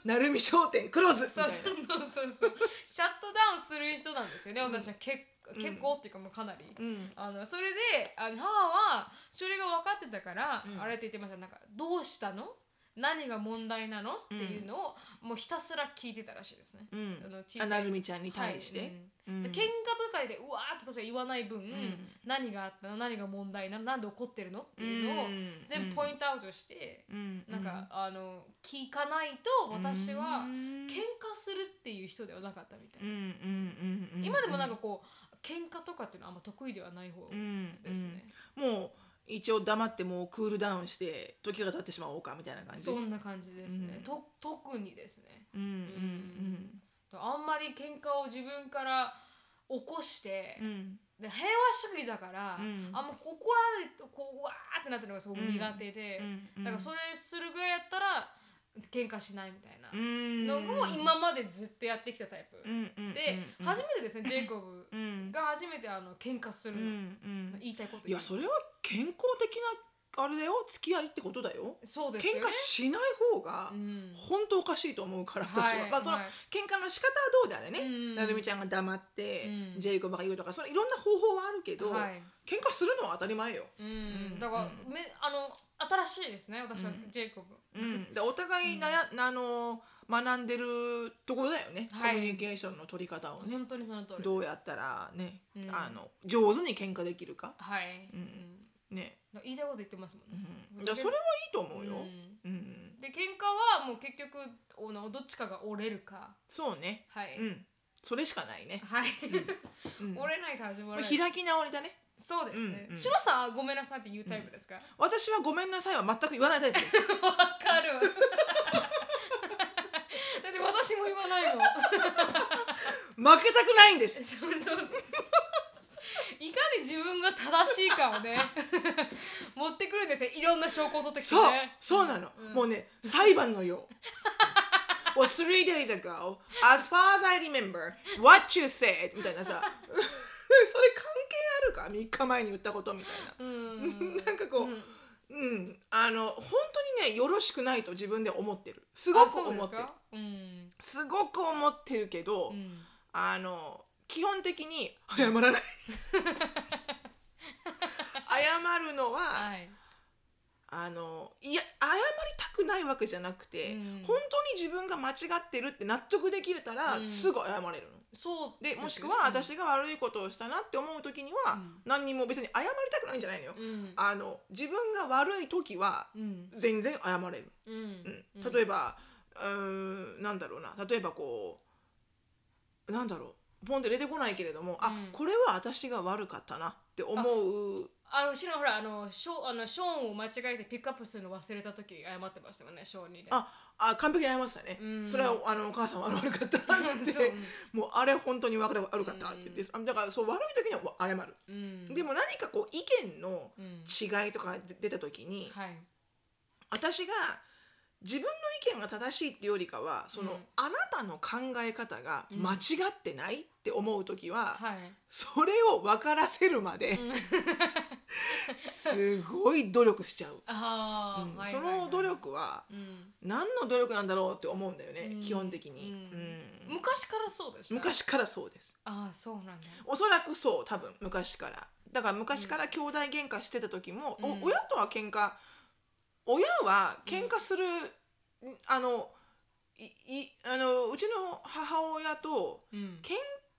B: な。なるみ商店クローズみ
A: [laughs]
B: た
A: そ
B: いう
A: そ
B: な。
A: うそうそうそう [laughs] シャットダウンする人なんですよね
B: ん
A: 私は結,、
B: うん
A: 結構っていうかもうかなり、
B: うん。
A: あのそれであの母はそれが分かってたから、
B: うん
A: あれって言ってましたなんかどうしたの何が問題なのっていうのを、もうひたすら聞いてたらしいですね。
B: う
A: あの
B: ん。
A: 小さ
B: あ
A: い
B: なるみちゃんに対して。
A: はいうん
B: うん
A: で喧嘩とかでうわーって私は言わない分、
B: ん
A: 何があったの何が問題なのなんで怒ってるのっていうのを
B: うん
A: 全部ポイントアウトして、
B: うん
A: なんか、あの聞かないと私は
B: うん
A: 喧嘩するっていう人ではなかったみたい
B: うん
A: な、
B: うんうんうん。
A: 今でもなんかこう喧嘩とかっていうのはあんま得意ではない方
B: うん
A: ですね、
B: うんもう一応黙ってもうクールダウンして時が経ってしまおうかみたいな感じ
A: そんな感じですね、
B: うん
A: と特にですね
B: うんうん
A: あんまり喧嘩を自分から起こして、
B: うんうん
A: で平和主義だから、
B: うん
A: あんま怒られてこううわーってなってるのがすごく苦手で、
B: うん
A: だからそれするぐらいやったら喧嘩しないみたいな
B: うん
A: のも今までずっとやってきたタイプ、
B: うんうん
A: で、
B: うん
A: 初めてですねジェイコブ
B: うん
A: が初めてあの喧嘩する
B: う
A: の、
B: んうん
A: 言いたいこと
B: い
A: 言う
B: やそれは健康的なあれだよ付き合いってことだよ
A: そうですよ
B: 喧
A: ね
B: 嘩しない方が
A: うん
B: 本当おかしいと思うから私は、
A: はい
B: まあその
A: はい
B: 喧嘩の仕方はどうであれね、
A: うん
B: なるみちゃんが黙って、
A: うん
B: ジェイコブが言うとかそのいろんな方法はあるけど、
A: はい
B: 喧嘩するのは当たり前よ、
A: うん、だから、
B: う
A: めあの新しいですね私は
B: うん
A: ジェイコブ、
B: うん、でお互いなや、あの学んでるところだよね、
A: はい
B: コミュニケーションの取り方をね
A: 本当にその通りです
B: どうやったらね、
A: うん
B: あの上手に喧嘩できるか
A: はい、
B: うんね、
A: うん言いたいこと言ってますもん
B: う
A: ね、
B: ん、じゃあそれはいいと思うよ、
A: ん
B: うん
A: で喧嘩はもう結局おのどっちかが折れるか
B: そうね
A: はい、
B: うんそれしかないね、
A: はい、
B: うん、
A: 折れないと始まらない
B: 開き直りだね
A: そうですね、
B: うんうん
A: 白さんはごめんなさいって言うタイプですか、
B: 私はごめんなさいは全く言わないタイプです [laughs]
A: わかる [laughs] だって私も言わないもん
B: 負けたくないんです
A: そうそうそういかに自分が正しいかをね持ってくるんですよいろんな証拠を取ってきて
B: そう
A: ね
B: そうなの、
A: うん
B: もうね裁判のよ
A: [laughs]
B: う Well, three days ago, as far as I remember, what you said みたいなさ [laughs] それ関係あるか3日前に言ったことみたいな
A: うん
B: [laughs] なんかこう
A: うん
B: うんあの本当にねよろしくないと自分で思ってるすご
A: あ
B: く
A: そうで
B: 思っ
A: す
B: てる
A: かうん
B: すごく思ってるけど、
A: うん
B: あの基本的に謝
A: [laughs]
B: らない謝るのは、
A: はい
B: あのいや謝りたくないわけじゃなくて、
A: うん
B: 本当に自分が間違ってるって納得できれたら、
A: うん
B: すぐ謝れるの。
A: そう
B: でもしく
A: うん
B: は私が悪いことをしたなって思う時には、
A: うん
B: 何にも別に謝りたくないんじゃないのよ。
A: うん
B: あの自分が悪い時は
A: うん
B: 全然謝れる。
A: う
B: うんん
A: うん
B: 例えば、うーん、なんだろうな例えばこうなんだろうポンって出てこないけれども、あ
A: うん
B: これは私が悪かったなって思う
A: あのシのほらあのショーあのショーンを間違えてピックアップするの忘れた時謝ってましたもんねショーンにね。
B: ああ完璧に謝りましたね、
A: うん
B: それはあのお母さんは悪かったなっ
A: [laughs]
B: て
A: そう
B: もうあれ本当に悪かったって言って、あだからそう悪い時には謝る、
A: うん、
B: でも何かこう意見の
A: うん、
B: 違いとかが出た時に、
A: はい
B: 私が自分の意見が正しいっていうよりかはその、
A: うん
B: あなたの考え方が間違ってないって思う時は、
A: はい
B: それを分からせるまで、
A: [laughs]
B: [laughs] すごい努力しちゃう、
A: あー、
B: うん
A: はい
B: そ
A: はいはい
B: の努、力は
A: うん、
B: 何の努力なんだろうって思うんだよね、
A: うん
B: 基本的に、
A: うん
B: うん
A: 昔からそうでした
B: 昔からそうです
A: ああそうなんだ
B: おそらくそう多分昔からだから昔から兄弟喧嘩してた時も、
A: うん
B: お親とは喧嘩親は喧嘩する、あのいいあのうちの母親と
A: うん
B: 喧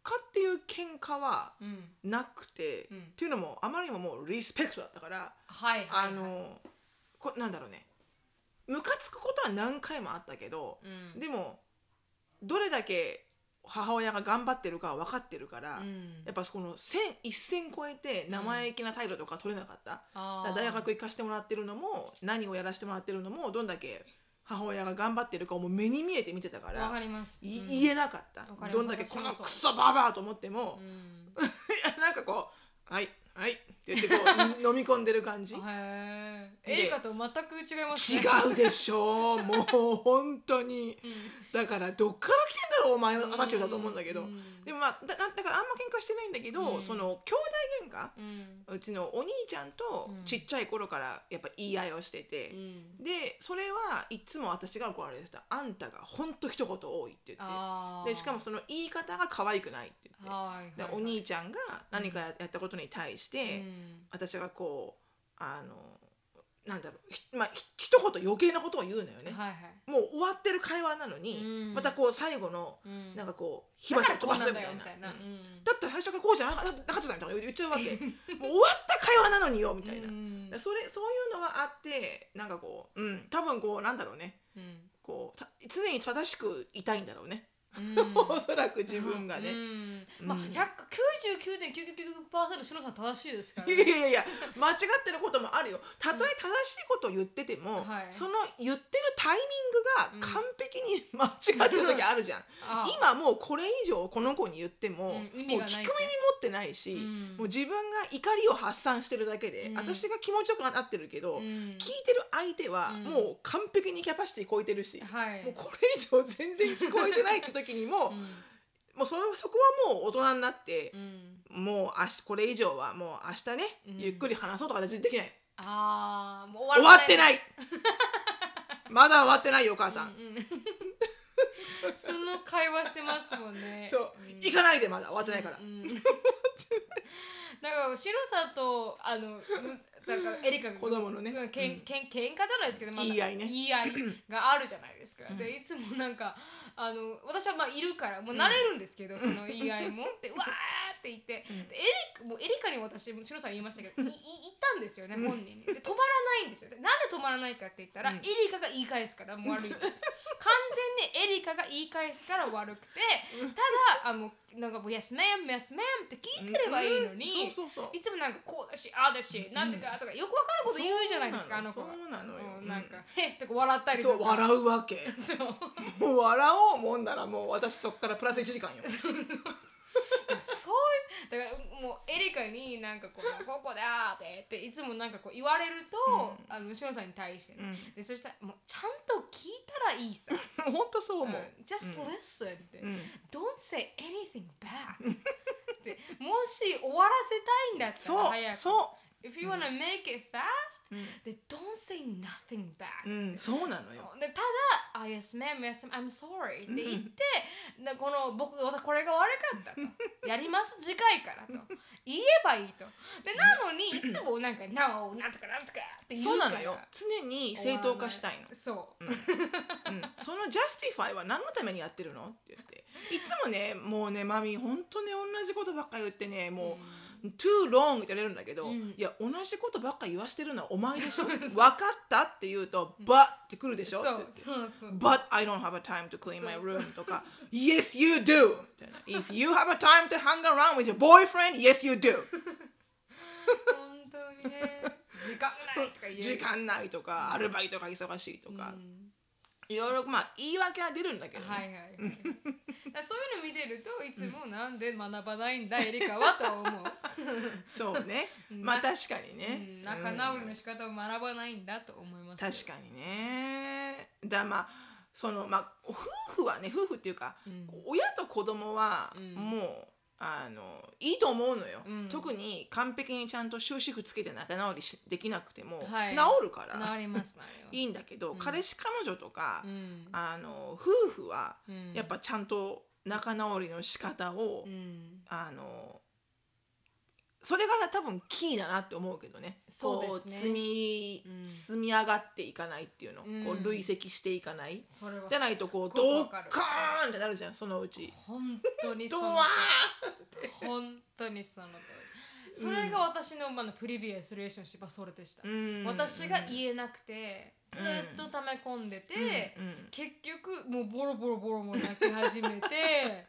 B: 嘩っていう喧嘩は
A: うん
B: なくて、
A: うん
B: っていうのもあまりにももうリスペクトだったから、
A: はいはい、はい、
B: あのこなんだろうねムカつくことは何回もあったけど、
A: うん
B: でもどれだけ母親が頑張ってるかは分かってるから、
A: うん
B: やっぱそこの線一線越えて生意気な態度とか取れなかった、
A: あー
B: だから大学行かしてもらってるのも何をやらしてもらってるのもどんだけ母親が頑張ってるかをもう目に見えて見てたか。
A: わからります
B: い
A: うん
B: 言えなかった、
A: わかります
B: どんだけ
A: 私
B: こ
A: も
B: の
A: そう
B: クソババアと思っても
A: う、ん、
B: いやなんかこう「はいはい」って言ってこ
A: [laughs]
B: う飲み込んでる感じ
A: へえ
B: で
A: エリカと全く違いますね
B: 違うでしょうもう本当にだからどっから来てんだろうお [laughs] 前の赤ちゃんだと思うんだけど、
A: うん
B: でもまあだだだからあんま喧嘩してないんだけど、
A: うん
B: その兄弟喧嘩
A: うん
B: うちのお兄ちゃんと
A: うん
B: ちっちゃい頃からやっぱ言い合いをして
A: う
B: て、
A: ん
B: でそれはいつも私が怒られてた「あんたがほんと一言多い」って言って
A: あー
B: でしかもその言い方が可愛くないって言っ
A: はい
B: て
A: はい
B: でお兄ちゃんが何かややったことに対して、
A: うん
B: 私がこうあのなんだろうひまあひ一言余計なことを言うのよね、
A: はいはい
B: もう終わってる会話なのに、
A: うん
B: またこう最後の
A: うん
B: なん
A: か
B: かこう火花を飛ばすみたいな。うんだって最初からこうじゃなかったじゃないとか言っちゃうわけもう終わった会話なのによみたいな、
A: うん
B: それそういうのはあってなんかこう、うん、多分こうなんだろうね
A: うん
B: こうた常に正しくいたいんだろうねおそらく [laughs] 自分がね、
A: うんまあ、
B: うん
A: 199.999%シロさん正しいですから、
B: いやいやいやいや間違ってることもあるよたとえ正しいことを言ってても、
A: はい
B: その言ってるタイミングが完璧に [laughs] 間違ってる時あるじゃん、
A: あ
B: 今もうこれ以上この子に言っても、
A: うん
B: も
A: 意
B: う聞く
A: 味
B: 耳
A: が
B: 持
A: ないって
B: ってないし、
A: うん
B: もう自分が怒りを発散してるだけで、
A: うん
B: 私が気持ちよくなってるけど、
A: う
B: 聞い
A: ん
B: てる相手は
A: うん
B: もう完璧にキャパシティ超えてるし、
A: はい
B: もうこれ以上全然聞こえてないって時にも、
A: うん
B: [laughs] もうそそこはもう大人になって
A: う、ん
B: もうあしこれ以上はもう明日ね、
A: うん
B: ゆっくり話そうとか全然できない
A: ああもう
B: 終わって
A: い [laughs]
B: ないまだ終わってないよお母さん、
A: うんうん [laughs] その会話してますもんね
B: [laughs] そう、
A: ん
B: 行かないでまだ終わってないから、
A: うん [laughs] うんだから白さとあのむなんかエリカが
B: 子供のね
A: うんけ
B: うん
A: んけん喧嘩じゃないですけど、
B: 言い合いね
A: 言い合いがあるじゃないですか。
B: うん
A: でいつもなんかあの私はまあいるからもう慣れるんですけど、その言い合いも
B: [laughs]
A: でうわーって言って、
B: うん
A: でエリカもうエリカに私も白さんに言いましたけどいい言ったんですよね本人に。で止まらないんですよ。でなんで止まらないかって言ったら、
B: うん
A: エリカが言い返すからもう悪いん
B: [laughs]
A: ですよ。完全にエリカが言い返すから悪くてただあのなんかもう「Yes ma'am yes ma'am」って聞いてればいいのに、
B: うんそうそうそう
A: いつもなんかこうだしああだしなんでかとかよくわかること言うじゃないですかあの子
B: そう
A: は。
B: なのよ
A: うんなんか「へっ」とか笑ったり
B: そ
A: と
B: う
A: か。
B: 笑うわけ
A: そう
B: もう笑おうもんならもう私そっからプラス1時間よ
A: そういうだからもうエリカになんかこう「ここだ」ってっていつもなんかこう言われると、あの後ろさんに対してね、
B: うん
A: でそしたらもうちゃんと聞いたらいいさ「
B: もうほんとそう
A: うん
B: 思う、
A: just listen」って、
B: うん
A: Don't say anything back [laughs] ってもし終わらせたいんだった
B: そ
A: ら
B: う
A: 早く
B: そ
A: If you wanna make it fast
B: う、
A: then don't say nothing back、
B: うんうん、そうなのよ
A: でただ「あ Yes ma'am yes ma'am I'm sorry」って
B: うん
A: 言って、でこの僕これが悪かった
B: [laughs]
A: とやります次回からと言えばいいとでなのにいつもなんか「No なんとかなんとか」って言うから
B: そうなのよ常に正当化したいの
A: そう
B: うんそのジャスティファイは何のためにやってるのって言っていつもねもうねマミー本当ね同じことばっか言ってねもう、too long って言われるんだけど、
A: うん
B: いや同じことばっか言わしてるのはお前 [laughs] でしょ分かったって言うと but ってくるでし
A: そ
B: ょ
A: う
B: って言って
A: そうそう
B: But I don't have a time to clean my
A: そうそう
B: room とか Yes you do みたいな If you have a time to hang around with your boyfriend Yes you do
A: 本当にね時間ないとか言う
B: 時間ないとかアルバイトが忙しいとか、いろいろまあ言い訳は出るんだけどね、
A: はいはいはい、だからそういうの見てるといつもなんで学ばないんだエリカはと
B: [laughs]
A: 思う、
B: そうねまあ確かに
A: う
B: ね
A: ん、仲直りの仕方を学ばないんだと思います
B: 確かにねだまあそのまあ夫婦はね夫婦っていうか、
A: うん
B: 親と子供は
A: うん
B: もう、あのいいと思うのよ、
A: うん
B: 特に完璧にちゃんと終止符つけて仲直りしできなくても、
A: はい
B: 治るから
A: なりますなり
B: いいんだけど、
A: うん
B: 彼氏彼女と
A: ま
B: か、
A: すうん
B: あの夫婦は
A: うん
B: やっぱちゃんと仲直りの仕方を、
A: うん
B: あのそれが多分キーだなって思うけどね
A: そうですね
B: こ積み、
A: うん
B: 積み上がっていかないっていうの、
A: うん
B: こう累積していかない
A: それは
B: じゃないとこう
A: すっごく
B: ド
A: わ
B: ッ
A: かる
B: カーンってなるじゃんそのうち
A: 本当に
B: ド
A: そ
B: ワ
A: の
B: ー
A: 本当にその通りそれが私のまあプリビアスレーションシップはそれでした、
B: ン
A: 私が言えなくてずーっと溜め込んでて、
B: うんうん
A: 結局もうボロボロボロも泣き始
B: [laughs]
A: めてで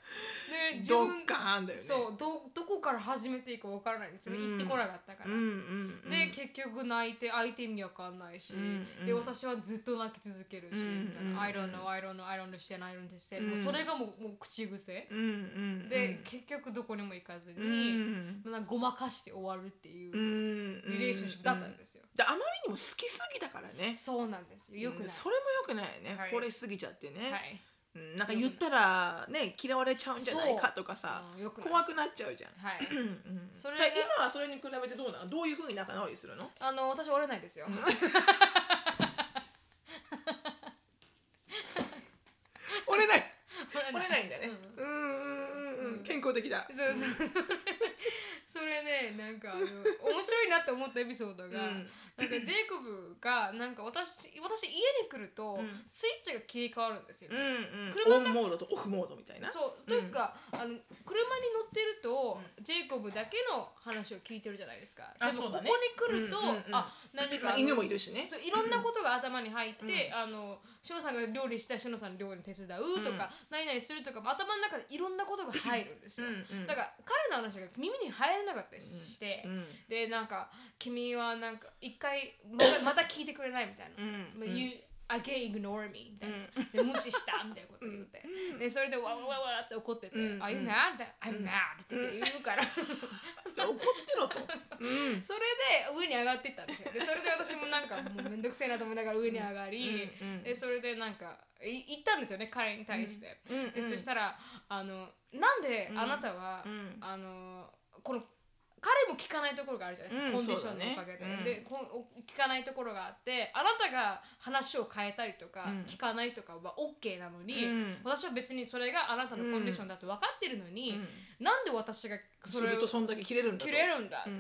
A: 自
B: ド
A: 分
B: ッカーンだよね
A: そうどどこから始めていいか分からないんですよね、
B: うん
A: 行ってこなかったから、
B: うんうんうん、
A: で結局泣いて相手意味わかんないし、
B: うんうん
A: で私はずっと泣き続けるし、
B: うん
A: みたいな
B: うん
A: I don't know I don't know I don't understand I don't understand、
B: うん
A: もうそれがもうもう口癖、
B: うんうん
A: で結局どこにも行かずに、
B: うんうん
A: まあなんかごまかして終わるっていう
B: う
A: うんリレーションシップだったんですよ、
B: であまりにも好きすぎだからね
A: そうなんですよよくない、
B: それもよくないよね、
A: はい
B: 惚れすぎちゃってね、
A: はい
B: うんなんか言ったらね嫌われちゃうんじゃないかとかさ、
A: うんよくない
B: 怖くなっちゃうじゃん。
A: はいそれ
B: だ
A: が
B: から今はそれに比べてどうなのどういうふうに仲直りする
A: [laughs]
B: の
A: あの私折れないですよ。
B: 折れない
A: 折
B: 折れないんだね。
A: う
B: うんうんうんうん健康的だ。
A: そうそうそう [laughs] それねなんかあの面白いなって思ったエピソードが、
B: うん
A: なんかジェイコブがなんか私私家に来ると、
B: うん
A: スイッチが切り替わるんですよ、
B: うんうん
A: 車の
B: オンモードとオフモードみたいな。
A: そうというか、あの車に乗ってると、ジェイコブだけの話を聞いてるじゃないですか
C: あ
A: でも
C: そう
A: こ
C: だ
A: こ
C: ね
A: に来ると、
B: うんうんうん
A: あ何か
B: ま
A: あ
B: あ
A: の
B: 犬もいるしね
A: そういろんなことが頭に入って、あのしのさんが料理したらしのさんの料理に手伝うとか、何々するとか頭の中でいろんなことが入るんですよ、
B: うんうん
A: だから彼の話が耳に入らなかったりして、
B: うん
A: でなんか「君はなんか一回また
B: [laughs]
A: また聞いてくれない」みたいな「
B: うん
A: まあ
B: うん
A: you again ignore me」みたいな、で無視したみたいなこと言って、でそれでわわわわって怒ってて「
B: うんうん
A: Are you mad?」I'm mad」って言うから、
B: じゃあ怒ってろ
A: [laughs]
B: と、うん、
A: それで上に上がってったんですよでそれで私もなんかもうめんどくせえなと思いながら上に上がり、
B: うんうん
A: でそれでなんかい言ったんですよね彼に対して、
B: うんうん
A: でそしたらあのなんであなたは、
B: うん
A: あのこの彼も聞かないところがあるじゃないですか、
B: うん
A: コンディションのおかげで、
B: そうだねうん
A: でこんお聞かないところがあってあなたが話を変えたりとか、
B: うん
A: 聞かないとかは OK なのに、
B: うん
A: 私は別にそれがあなたのコンディションだと分かってるのに、
B: うん
A: なんで私がそ
B: す
A: れ
B: る
A: を
B: とそんだけ切れるんだと
A: 切れるんだって、
B: う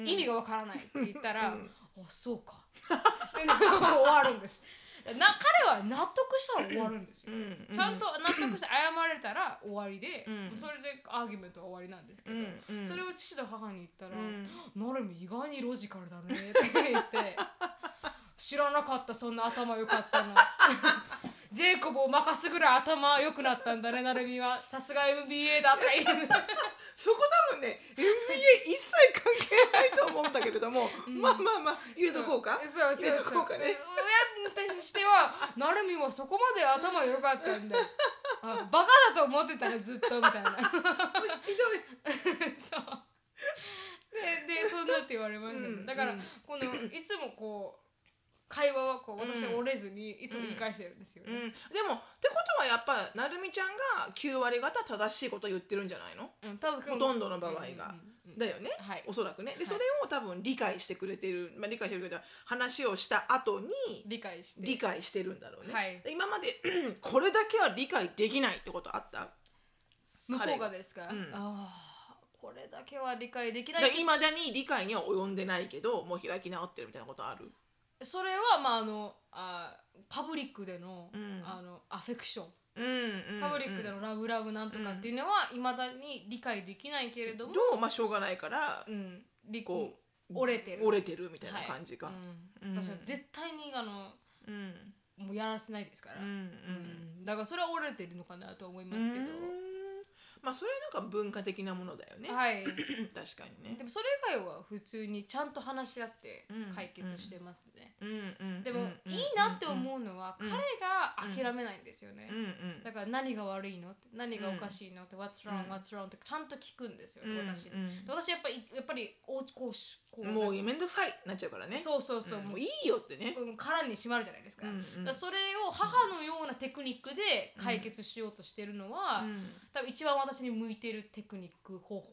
B: ん
A: 意味がわからないって言ったら、
B: うん
A: あそうかで終わるんですな彼は納得したら終わるんですよ、
B: うん
A: ちゃんと納得して謝れたら終わりで、
B: うん
A: それでアーギュメントは終わりなんですけど、
B: うんうん
A: それを父と母に言ったら「
B: うん
A: なるみ意外にロジカルだね」って言って「知らなかったそんな頭良かったの」 [laughs] ジェイコブを任すぐらい頭良くなったんだね、なるみは。さすが MBA だって言う。
B: そこ多分ね NBA 一切関係ないと [laughs] 思うんだけれども、まあまあまあ言うとこうか
A: そうそう
B: 言う
A: そ
B: と
A: う
B: こうかね
A: 親としては「なるみはそこまで頭良かったんだあバカだと思ってたらずっと」みたいな [laughs]
B: ひどい
A: そうででそんなって言われましたね、
B: うん
A: だから、
B: うん
A: このいつもこう会話はこう私は
B: うん
A: 折れずにいつも言い返してるんですよ
B: う
A: ね、
B: ん、でもってことはやっぱなるみちゃんが9割方正しいことを言ってるんじゃないの
A: うん多分
B: ほとんどの場合が、
A: うん
B: だよね、
A: はい
B: おそらくね
A: はい
B: でそれを多分理解してくれてる、まあ、理解してるけど話をした後に
A: 理解して
B: 理解してるんだろうね、
A: はい
B: で今まで [clears throat] これだけは理解できないってことあった
A: 向こうがですか、
B: うん
A: ああこれだけは理解できな
B: だ
A: い
B: からいまだに理解には及んでないけどもう開き直ってるみたいなことある
A: それはまああのあパブリックでの,、
B: うん
A: あのアフェクション
B: うんうん
A: パブリックでのラブラブなんとかっていうのはいまだに理解できないけれども、
B: どうまあしょうがないから
A: うん、理
B: こう
A: 折れてる
B: 折れてるみたいな感じか、
A: はいうん
B: うん
A: 私は絶対にあの
B: うん
A: もうやらせないですから、
B: うん
A: うんだからそれは折れてるのかなと思いますけ
B: う
A: ど
B: ん、まあそれはなんか文化的なものだよね、
A: はい、
B: 確かにね
A: でもそれ以外は普通にちゃんと話し合って
B: うん
A: 解決してますね、
B: うんうん
A: でも、いいなって思うのは、
B: うん
A: 彼が諦めないんですよね、
B: うんうん
A: だから何が悪いのって何がおかしいのって、What's
B: う
A: wrong?
B: ん
A: What's wrong? ってちゃんと聞くんですよ、
B: うん
A: 私、
B: うん
A: で私やっぱりやっぱりおうちこうしこ
B: もうめんどくさいなっちゃうからね
A: そうそうそう、
B: うん
A: も
B: も
A: う
B: ういいよってね、
A: うん殻にしまるじゃないですか,、
B: うんうん
A: だからそれを母のようなテクニックで解決しようとしてるのは、
B: うん
A: 多分一番私に向いてるテクニック方法、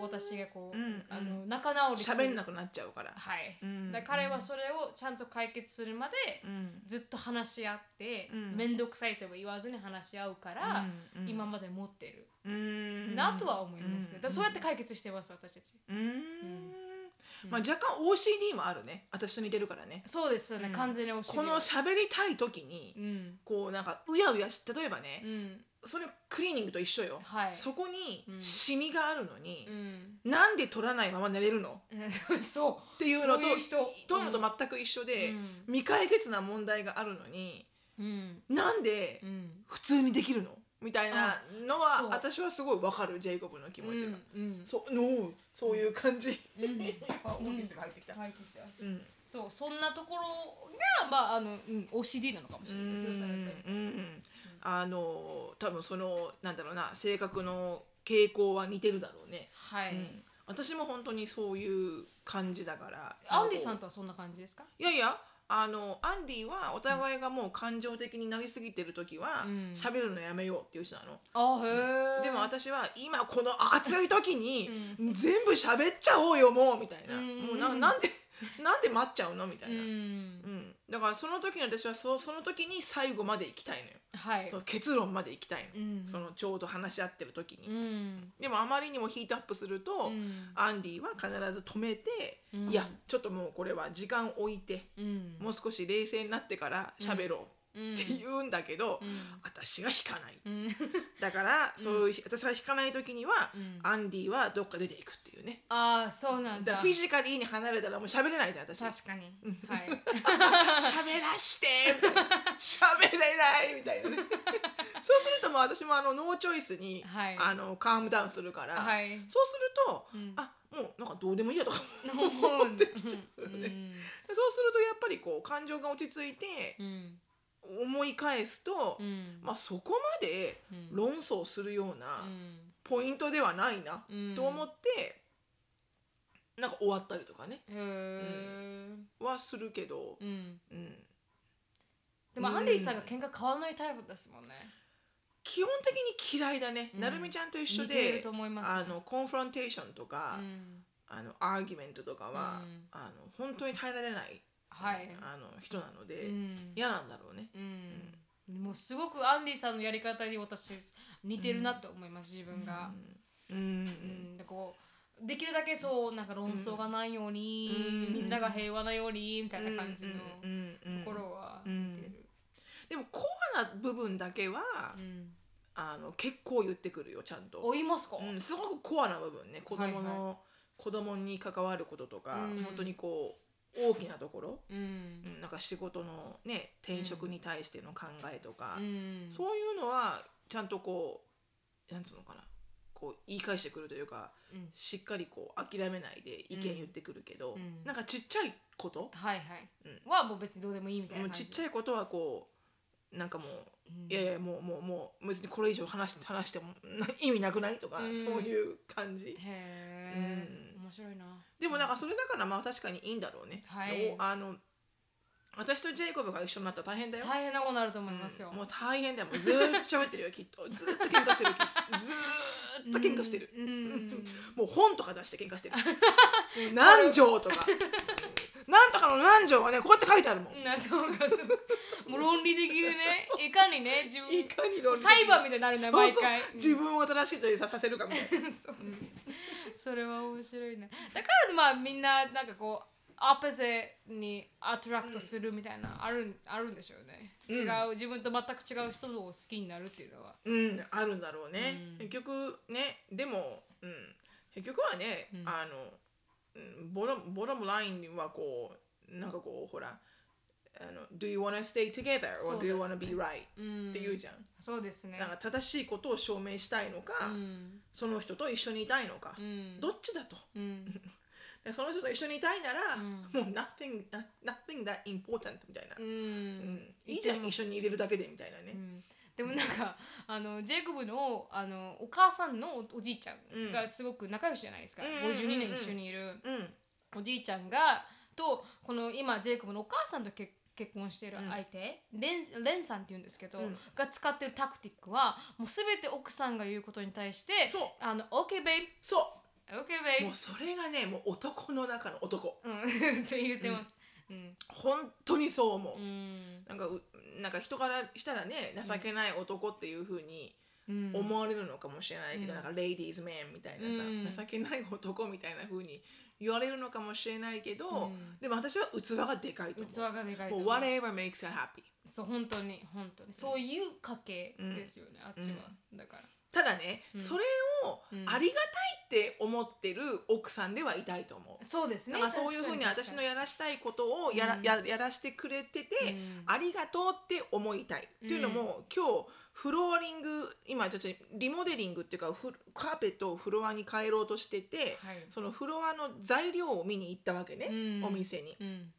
A: 私がこう、
B: うんうん
A: あの仲直り
B: 喋んなくなっちゃうから、
A: はい、
B: うん
A: だから彼はそれをちゃんと解決するまで、
B: うん
A: ずっと話し合って
B: うん
A: 面倒、くさいとも言わずに話し合うから、
B: うんうん
A: 今まで持ってる
B: うん
A: なとは思いますね、だからそうやって
B: か
A: 解決してます私たち
B: うん、まあ若干 OCD もあるね私と似てるからね
A: そうですよね、
B: うん
A: 完全におし
B: この喋りたい時に、
A: うん
B: こうなんかうやうやし例えばね
A: う、ん
B: それクリーニングと一緒よ、
A: はい
B: そこに
A: うん
B: シミがあるのに
A: う、
B: [laughs]
A: ん
B: なんで取らないまま寝れるの
A: そ
B: っていうのと
A: そういう人
B: 取るのと全く一緒
A: う
B: で、
A: うん
B: 未解決な問題があるのに
A: うん
B: なんで
A: うん
B: 普通にできるのみたいなの
A: あそう
B: は私はすごいわかるジェイコブの気持ちが、
A: うん
B: そうのそういう感じ、
A: うん
B: [laughs] 今オフィスが入ってきた、
A: はい聞いた
B: うん
A: そうそんなところがまああの、うん、OCD なのかもし
B: う
A: れ
B: ん
A: ないですね
B: うんあの多分そのなんだろうな性格の傾向は似てるだろうね、
A: はい、
B: うん私も本当にそういう感じだから
A: アンディさん
B: こ
A: とはそんな感じですか
B: ういやいやあのアンディはお互いがもう感情的になりすぎてる時は
A: うん
B: 喋、るのやめようっていう人なの、
A: あへえ
B: でも私は今この暑い時に
A: う
B: 全部喋っちゃおうよもうみたいな、
A: うん
B: もうななんでなんで待っちゃうのみた
A: う
B: いな、
A: ん
B: うん、だからその時に私はそその時に最後まで行きたいのよ
A: はい
B: そう結論まで行きたいの,、
A: うん
B: そのちょうど話し合ってる時に、
A: うん
B: でもあまりにもヒートアップすると、
A: うん
B: アンディは必ず止めて、
A: うん
B: いやちょっともうこれは時間置いて
A: うん
B: もう少し冷静になってから喋ろう
A: うん
B: って言うんだけど、
A: うん
B: 私が引かない
A: うん
B: だからそういう、私が引かない時には、
A: うん
B: アンディはどっか出ていくっていうね
A: ああそうなんだ
B: だからフィジカリーに離れたらもう喋れないじゃん私
A: [laughs] 確かにはい
B: 喋らしてみたいな [laughs] 喋れないみたいなね [laughs] そうするともう私もあのノーチョイスに、 [laughs]
A: はい
B: あのカームダウンするから、
A: はい
B: そうすると、
A: うん
B: あもうなんかどうでもいいやとか [laughs]
A: 思うん
B: 思ってきちゃうよね、
A: う
B: で
A: ん
B: そうするとやっぱりこう感情が落ち着いて
A: うん
B: 思い返すと、
A: うん
B: まあそこまで
A: うん
B: 論争するような
A: うん
B: ポイントではないな、
A: うん
B: と思ってなんか終わったりとかね
A: へー
B: はするけど、
A: うん
B: うん、
A: でも
B: うん
A: アンディさんが喧嘩買わないタイプですもんね
B: 基本的に嫌いだね、
A: うん
B: なるみちゃんと一緒
A: 似てる
B: で
A: と思います
B: あのコンフロンテーションとか、
A: うん
B: あのアーギュメントとかは、
A: うん
B: あの本当に耐えられない、
A: はい
B: あの人なので、
A: うん
B: 嫌なんだろうね。
A: うんもうすごくアンディさんのやり方に私似てるなと思います自分が
B: うんうん
A: うんでこうできるだけそうなんか論争がないように
B: うん
A: みんなが平和なようにみた
B: う
A: い
B: ん
A: な感じの
B: うんうんうん
A: ところは
B: うん
A: 似てる
B: でもコアな部分だけは、
A: うん
B: あの結構言ってくるよちゃんと。
A: 追いますか
B: うん、すごくコアな部分ね子供の、
A: はい
B: 子供に関わることとか、
A: うん
B: 本当にこう大きなところ、
A: うん
B: うん、なんか仕事のね転職に対しての考えとか
A: う、ん
B: そういうのはちゃんとこうなんつうのかなこう言い返してくるというか
A: うん
B: しっかりこう諦めないで意見言ってくるけど、
A: うん
B: なんかちっちゃいこと、
A: はいはい
B: うん
A: はもう別にどうでもいいみたい
B: も
A: な
B: う
A: 感
B: ち
A: じ
B: っちゃいことはこうなんかもう
A: うん
B: いやいやもうもうもう別にこれ以上話し話してもな意味なくないとか、
A: うん
B: そういう感じ。
A: へえ
B: うん
A: 面白いな
B: でもなんかそれだからまあ確かにいいんだろうね。
A: はい
B: おあの私とジェイコブが一緒になったら大変だよ。
A: 大変なことになると思いますよ
B: もう大変だよ。もうずーっと喋ってるよきっと。ずーっと喧嘩してるよきっと。ずーっと喧嘩してる。
A: うんうん
B: もう本とか出して喧嘩してる。何条とか。なんとかの何条はねこうやって書いてあるもん。
A: なそうかそうかもう論理的でねいかにね自分
B: いかに論理的
A: 裁判みたいになるね
B: そう
A: 毎
B: そう
A: 回
B: 自分を正しいというさせるかみ [laughs] たいな。
A: そうですそれは面白いねだからまあみんななんかこうアップゼにアトラクトするみたいな、あるあるんでしょうね違う、自分と全く違う人を好きになるっていうのは
B: うん、あるんだろうね、
A: うん
B: 結局ねでも、うん、結局はね、
A: ん
B: あのうんボロボロムラインはこうなんかこうほらあの「Do you wanna stay together
A: そ
B: or
A: う
B: do you
A: で
B: wanna
A: す
B: be right?」
A: うん
B: って言うじゃん、
A: そうですね
B: なんか正しいことを証明したいのか、
A: うん
B: その人と一緒にいたいのか、
A: うん
B: どっちだと
A: うん
B: でその人と一緒にいたいなら、
A: うん
B: もう nothing, nothing that important みたいな、
A: う
B: うん
A: ん
B: いいじゃ
A: で
B: ん
A: も
B: 一緒に入れるだけでみたいな
A: う
B: ね、
A: んでもなんかあのジェイコブのあのお母さんのおおじいちゃんがすごく仲良しじゃないですか、
B: うんうんうんうん
A: 52年一緒にいる
B: うん
A: おじいちゃんがとこの今ジェイコブのお母さんと結結婚してる相手、レンレンさんっていうんですけど、
B: うん
A: が使ってるタクティックはもう全て奥さんが言うことに対して
B: そう
A: 「あの OK ベイブ
B: そう
A: OK ベイ
B: もうそれがねもう男の中の男
A: うん [laughs] って言ってます。うん
B: 本当にそう思う、
A: うん
B: なんかうなんか人からしたらね情けない男っていう風に
A: うん
B: 思われるのかもしれないけ
A: う
B: ど、
A: ん
B: なんかレイディーズメンみたいなさ、
A: うん
B: 情けない男みたいな風に言われるのかもしれないけど、
A: うん
B: でも私は器がでかいと
A: 器
B: 思う。
A: がでかいと
B: も
A: 思
B: う
A: う
B: whatever makes you happy
A: そう本当に本当にそういう家系ですよね、あっちは、だから
B: ただね、
A: うん
B: それを
A: うん
B: ありがたいって思ってる奥さんではいたいと思う、
A: そうですね
B: だからそういう風に私のやらしたいことをやら,、
A: うん
B: ややらしてくれてて、
A: うん
B: ありがとうって思いたい、っていうのも今日フローリング今ちょっとリモデリングっていうかフカーペットをフロアに変えろうとしてて、
A: はい
B: そのフロアの材料を見に行ったわけね、
A: うん
B: お店に。
A: うん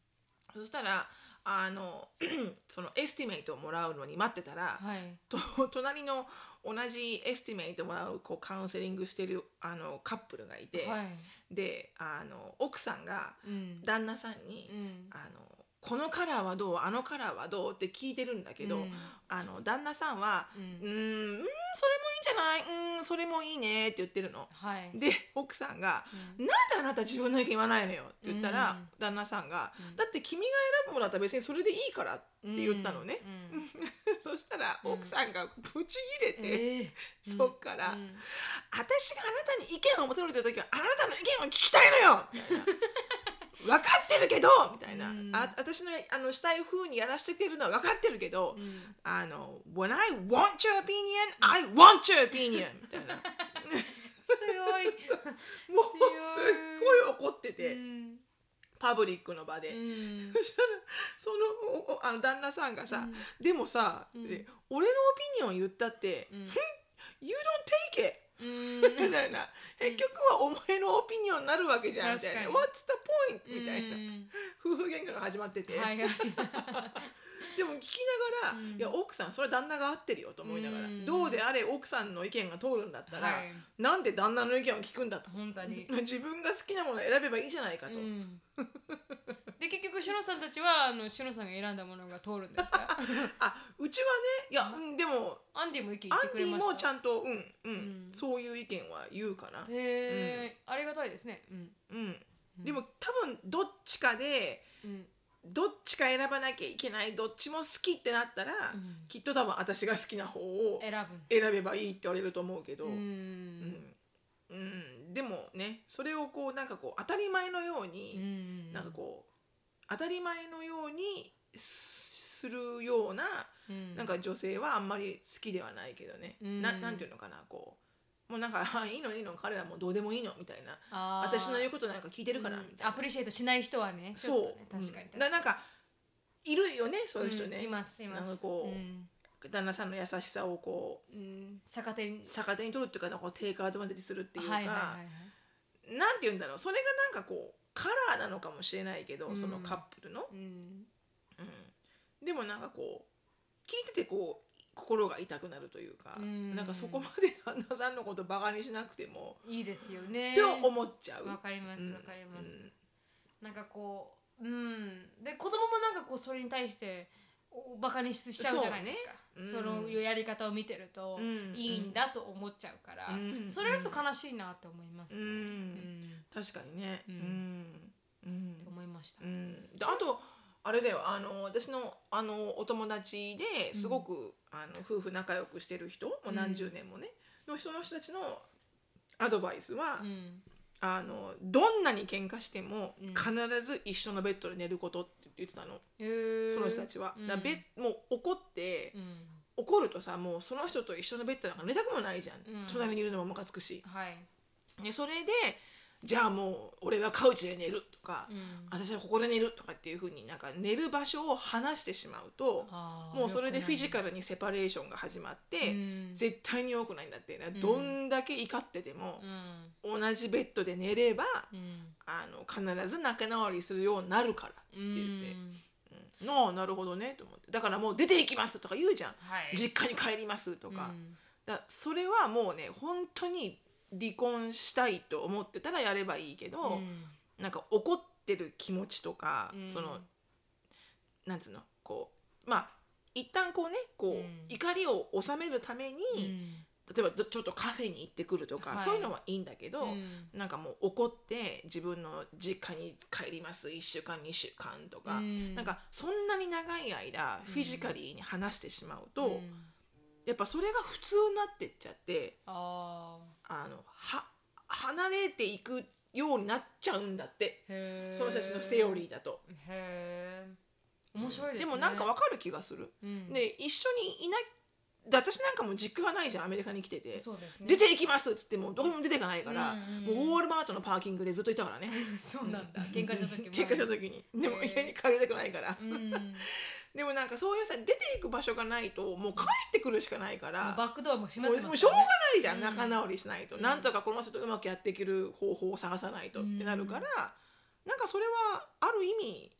B: そしたらあの [clears throat] そのエスティメイトをもらうのに待ってたら、
A: はい
B: と隣の同じエスティメイトもらうこうカウンセリングしてるあのカップルがいて、
A: はい
B: であの奥さんが
A: うん
B: 旦那さんに、
A: うん
B: あのこのカラーはどうあのカラーはどうって聞いてるんだけ
A: う
B: ど、
A: ん
B: あの旦那さんは
A: う
B: 「うんーんうーんそれもいいんじゃないうんそれもいいね」って言ってるの。
A: はい
B: で奥さんが「
A: う
B: なんであなた自分の意見言わないのよ」って言ったら、
A: うん
B: 旦那さんが
A: う
B: 「
A: ん
B: だって君が選ぶものだったら別にそれでいいから」って言ったのね。
A: うん
B: [laughs]
A: うん
B: そしたら
A: うん
B: 奥さんがブチ切れて、
A: ええうん
B: そっから、
A: うん [laughs]
B: 私があなたに意見を求めてる時はあなたの意見を聞きたいのよ」みたいな分かってるけどみたいな、
A: うん
B: あ私のあのしたい風にやらせてくれるのは分かってるけど、
A: うん
B: あの When I want your opinion I want your opinion [laughs] みたいな
A: すごい
B: もうすっごい怒ってて、 [laughs]
A: うん
B: パブリックの場で、
A: うん
B: そしたらそのおおあの旦那さんがさ、でもさ、
A: うん
B: で俺のオピニオン言ったって、
A: うん
B: You don't take it
A: うん
B: みたいな結局はお前のオピニオンになるわけじゃんみたいな
A: 確
B: What's
A: か
B: the point? みたいな
A: うん
B: 夫婦喧嘩が始まってて、
A: はいはい
B: でも聞きながら、
A: うん
B: いや奥さんそれは旦那が合ってるよと思いながら、
A: うん
B: どうであれ奥さんの意見が通るんだったら、
A: はい
B: なんで旦那の意見を聞くんだと
A: 本当に
B: 自分が好きなものを選べばいいじゃないかと、
A: うんで結局シュノさんたちはあのシュノさんが選んだものが通るんです
B: [laughs]
A: か
B: あうちはねいや、うん、でも
A: アンディも意見言
B: ア
A: って
B: ン
A: くれ
B: ディ
A: ました
B: もちゃ
A: ん
B: んとうんうん、
A: うん
B: そういう意見は言うかな、
A: へえ、ありがたいですねうん
B: うん、でも多分どっちかで
A: うん
B: どっちか選ばなきゃいけないどっちも好きってなったら、
A: うん
B: きっと多分私が好きな方を
A: 選
B: 選べばいいって言われると思うけど、
A: ぶう
B: うんんうんでもねそれをこうなんかこう当たり前のよう
A: う
B: に、
A: ん
B: なんかこう当たり前のようにするような、
A: う、うん、
B: なんか女性はあんまり好きではないけどね、
A: うん
B: ななんていうのかなこうもうなんか [laughs] あ「いいのいいの彼はもうどうでもいいの」みたいな「
A: あー
B: 私の言うことなんか聞いてるから」みたい
A: ア
B: な、
A: プリシエイトしない人はねち
B: そ
A: ょ
B: う
A: っとね確かに
B: う
A: 確
B: ん
A: か
B: な
A: に
B: なんかいるよねそういう人
A: んい
B: ね、
A: ますいます
B: なんかこう
A: うん
B: 旦那さんの優しさをこ
A: うん、逆手に
B: う逆手に取るっていうかなんかこうテイクアドバンテージするっていうか、
A: はいはいはいはい
B: なんて言うんだろうそれがなんかこうカラーなのかもしれないけど、
A: うん
B: そのカップルの、
A: うん、
B: うん、でもなんかこう聞いててこう心が痛くなるというか、
A: うん
B: なんかそこまで旦那さんのことバカにしなくても、
A: いいですよね
B: って思っちゃう。
A: わかりま
B: う
A: す
B: ん
A: わかります、
B: うん
A: なんかこううんで子供もなんかこうそれに対しておバカにしちゃうじゃないですか
B: そうね
A: そ,、
B: う
A: の
B: ん
A: やり方を見てると、
B: うん
A: いいんだと思っちゃうから、
B: うん
A: それはちょっと悲しいなって思いますね、
B: うん
A: うん
B: 確かにね。
A: う
B: うんん。うん
A: って。思いました、
B: うんであとあれだよあの私のあのお友達ですごく、あの夫婦仲良くしてる人もう何十年もね、の人の人たちのアドバイスは、
A: うん
B: あのどんなに喧嘩しても、
A: うん
B: 必ず一緒のベッドで寝ることって言ってたの、
A: へー
B: その人たちは。だからベもう怒って、
A: うん
B: 怒るとさもうその人と一緒のベッドなんか寝たくもないじゃん、
A: うん
B: 隣にいるのもムカつくし。
A: はい、
B: ね、それでじゃあもう俺はカウチで寝るとか、
A: うん
B: 私はここで寝るとかっていうふうになんか寝る場所を離してしまうと
A: あー
B: もうそれでフィジ
A: 良
B: カルにセパレーションが始まっ
A: くない
B: て、
A: うん
B: 絶対に良くないんだって、どんだけ怒ってても
A: う、ん
B: 同じベッドで寝れば
A: うん
B: あの必ず仲直りするようになるからって
A: う
B: 言って
A: ん
B: 「なあなるほどね」と思ってだからもう出ていきますとか言うじゃん、
A: はい
B: 実家に帰りますとか。
A: うん
B: だからそれはもうね本当に離婚したいと思ってたらやればいいけど、
A: うん
B: なんか怒ってる気持ちとか、
A: うん
B: そのなんつうのこうまあ一旦こうねこう、
A: うん
B: 怒りを収めるために、
A: うん
B: 例えばどちょっとカフェに行ってくるとか、
A: はい
B: そういうのはいいんだけど、
A: うん
B: なんかもう怒って自分の実家に帰ります1週間2週間とか、
A: うん
B: なんかそんなに長い間フィジカリーに話してしまうと、
A: ん
B: やっぱそれが普通になってっちゃって。
A: あ
B: あのは離れていくようになっちゃうんだって
A: ーへー
B: その人たちのセオリーだと。
A: へえ面白いですね
B: でもなんかわかる気がする。
A: うん
B: で一緒にいないで私なんかもう実家がないじゃんアメリカに来てて。
A: そうですね
B: 出ていきますっつってもうどこにも出ていかないから、
A: うんうん
B: もうウォールマートのパーキングでずっといたからね
A: そうなんだ喧嘩した時も
B: 喧嘩した時にでも
A: へー
B: 家に帰りたくないから、
A: うんもう
B: でもなんかそういうさ出ていく場所がないともう帰ってくるしかないから
A: バックドアも閉ま
B: も
A: っ
B: う
A: てます
B: もうしょうが
A: からね
B: ないじゃん、
A: うん
B: 仲直りしないと、
A: うん
B: なんとかこの人とうまくやっていける方法を探さないとってなるから、なんかそれはある意味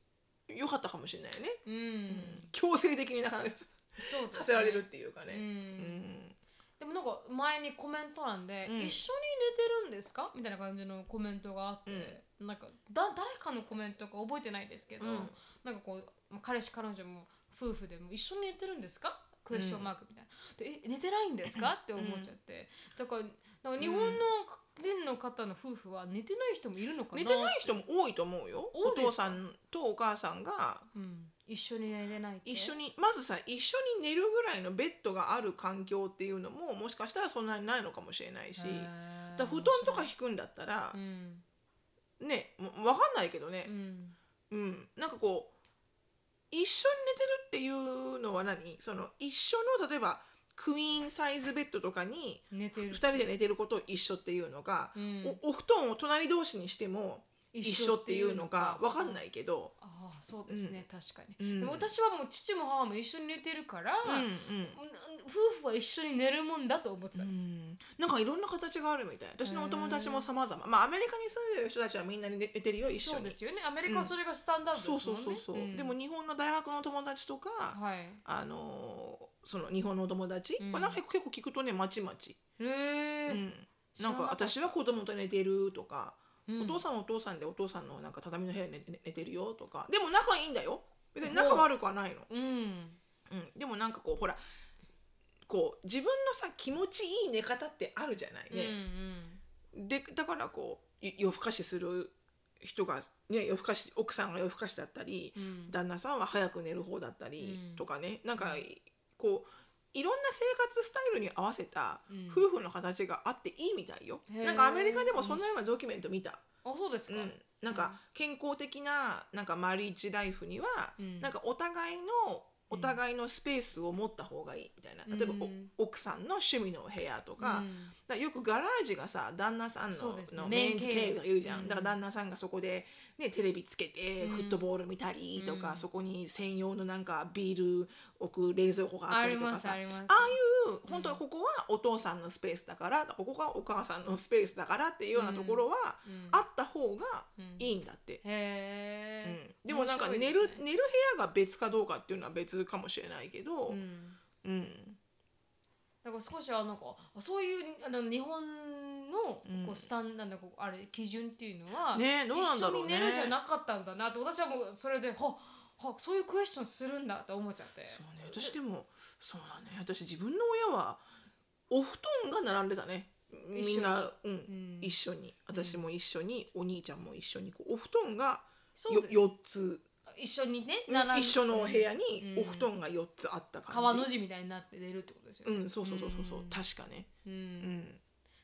B: 良かったかもしれないよね、
A: うん
B: 強制的に仲直り
A: そうですね
B: させられるっていうか
A: う
B: ね、うん
A: んでもなんか前にコメント欄で「
B: うん
A: 一緒に寝てるんですか?」みたいな感じのコメントがあって、なんかだ誰かのコメントか覚えてないですけど、
B: うん
A: なんかこうまあ彼氏彼女も夫婦でも一緒に寝てるんですかクエスチョンマークみたいな「でえ寝てないんです
B: [laughs]
A: か?」って思っちゃって、だからなんか日本の人の方の夫婦は寝てない人もいるのかな
B: 寝てない人も多いと思うよ
A: 多い
B: お
A: です
B: 父さんとお母さんが
A: うん、一緒に寝れないって
B: 一緒にまずさ一緒に寝るぐらいのベッドがある環境っていうのももしかしたらそんなにないのかもしれないし、
A: へー
B: だから布団とか引くんだったら、
A: うん
B: ねもうわかんないけどね
A: う、ん
B: うん、なんかこう一緒に寝てるっていうのは何その一緒の例えばクイーンサイズベッドとかに
A: 寝て
B: 2
A: る
B: 人で寝てることを一緒っていうのが、
A: うん
B: おお布団を隣同士にしても一緒っていうのが分かんないいけど、
A: ああそうですね、確かに、
B: うん
A: でも私はもう父も母も一緒に寝てるから、
B: うんうん
A: 夫婦は一緒に寝るもんだと思って
B: う
A: たんです、
B: んなんかいろんな形があるみたい私のお友達も様々まあアメリカに住んでる人たちはみんな寝て寝てるよ一緒に
A: そうですよねアメリカはそれがスタンダードですも
B: そ
A: ん
B: う
A: ね
B: そうそうそう、
A: ん
B: でも日本の大学の友達とか、
A: はい
B: あのーその日本のお友達、
A: うん
B: まあなんか結構聞くとねまちまち、
A: へ
B: う
A: え、
B: ん、なんか私は子供と寝てるとか、
A: うん
B: お父さんはお父さんでお父さんのなんか畳の部屋で寝寝てるよとかでも仲いいんだよ別に仲悪くはないの、
A: うん
B: うん、でもなんかこうほらこう自分のさ気持ちいい寝方ってあるじゃない
A: うん
B: ね、でだからこうい夜更かしする人が、ね、夜更かし奥さんが夜更かしだったり、
A: うんうん
B: 旦那さんは早く寝る方だった
A: う
B: り
A: ん
B: とかね、なんかこういろんな生活スタイルに合わせた
A: うん
B: 夫婦の形があっていいみたいよ、
A: へー
B: なんかアメリカでもそんなようなドキュメント見た、
A: あそうです
B: う
A: か、
B: ん、なんか健康的ななんかマリージライフには、
A: うん
B: なんかお互いのお互いのスペースを持った方がいいみたいな例えばお
A: うん
B: 奥さんの趣味の部屋とか,、
A: う
B: だか
A: ん
B: らよくガラージがさ旦那さんの,、
A: そうですね
B: のメインズ
A: メイン
B: ケ
A: ケーブ
B: ーブ
A: ル
B: がいるじゃん、
A: うん
B: だから旦那さんがそこで、ね、テレビつけて
A: うん
B: フットボール見たりとか、
A: うん
B: そこに専用のなんかビール置く冷蔵庫があっ
A: あ
B: たり
A: り
B: とか
A: ます
B: さ
A: あります
B: ああいう本当にここはお父さんのスペースだからここがお母さんのスペースだからっていうようなところは、
A: うん
B: あった方が
A: へ
B: いいんだって、うん
A: え、
B: でもなんか
A: 面白
B: 寝
A: い
B: る、
A: ですね
B: 寝る部屋が別かどうかっていうのは別かもしれないけど、
A: うん
B: うん
A: だから少しはなんかあそういうあの日本のこ
B: うん
A: うスタンダードこうあれ基準っていうのは、
B: ねどうなん
A: 一
B: だ
A: 緒
B: ろう
A: に
B: ね
A: 寝るじゃなかったんだなと私はもうそれでほほそういうクエスチョンするんだって思っちゃって
B: そうね私でもそうだね私自分の親はお布団が並んでたね
A: 一緒に
B: みんな、うん
A: ん
B: 一緒に私も一緒に、お兄ちゃんも一緒にこうお布団が
A: そう
B: よ
A: です
B: 4つ
A: 一緒にね
B: うん
A: 並んで
B: 一緒のお部屋に
A: うん
B: お布団が4つあった感じ、
A: 川の字みたいになって寝るってことですよ
B: う
A: ね、
B: んそうそうそうそうそう
A: うん
B: 確かね
A: うん
B: うん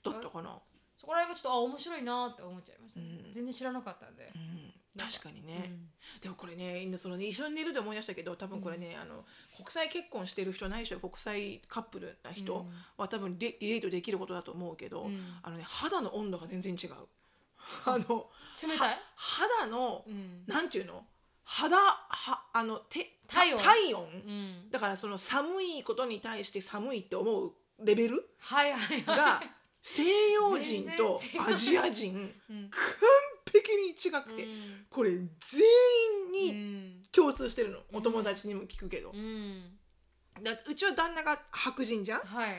B: だったかな、
A: そこら辺がちょっとあ面白いなって思っちゃいました、
B: うん
A: 全然知らなかったんで、
B: うん、
A: なんか
B: 確かにね、でもこれねそのね一緒に寝るで思い出したけど多分これね、あの国際結婚してる人ないしは国際カップルな
A: う
B: 人
A: ん
B: は多分リリレートできることだと思うけど、
A: うん
B: あのね肌の温度が全然違う
A: う
B: あの
A: ん冷たい、
B: 肌の
A: うん
B: なんていうの肌はあのて
A: 体温
B: 体温
A: うん、
B: だからその寒いことに対して寒いって思うレベル
A: はいはい
B: [laughs]
A: はい [laughs]
B: が西洋人と
A: 全然違う
B: アジア人
A: うん
B: 完璧に違くて、
A: うん
B: これ全員に共通してるのお友達にも聞くけど
A: うん、う、ん
B: だってうちは旦那が白人じゃん
A: はい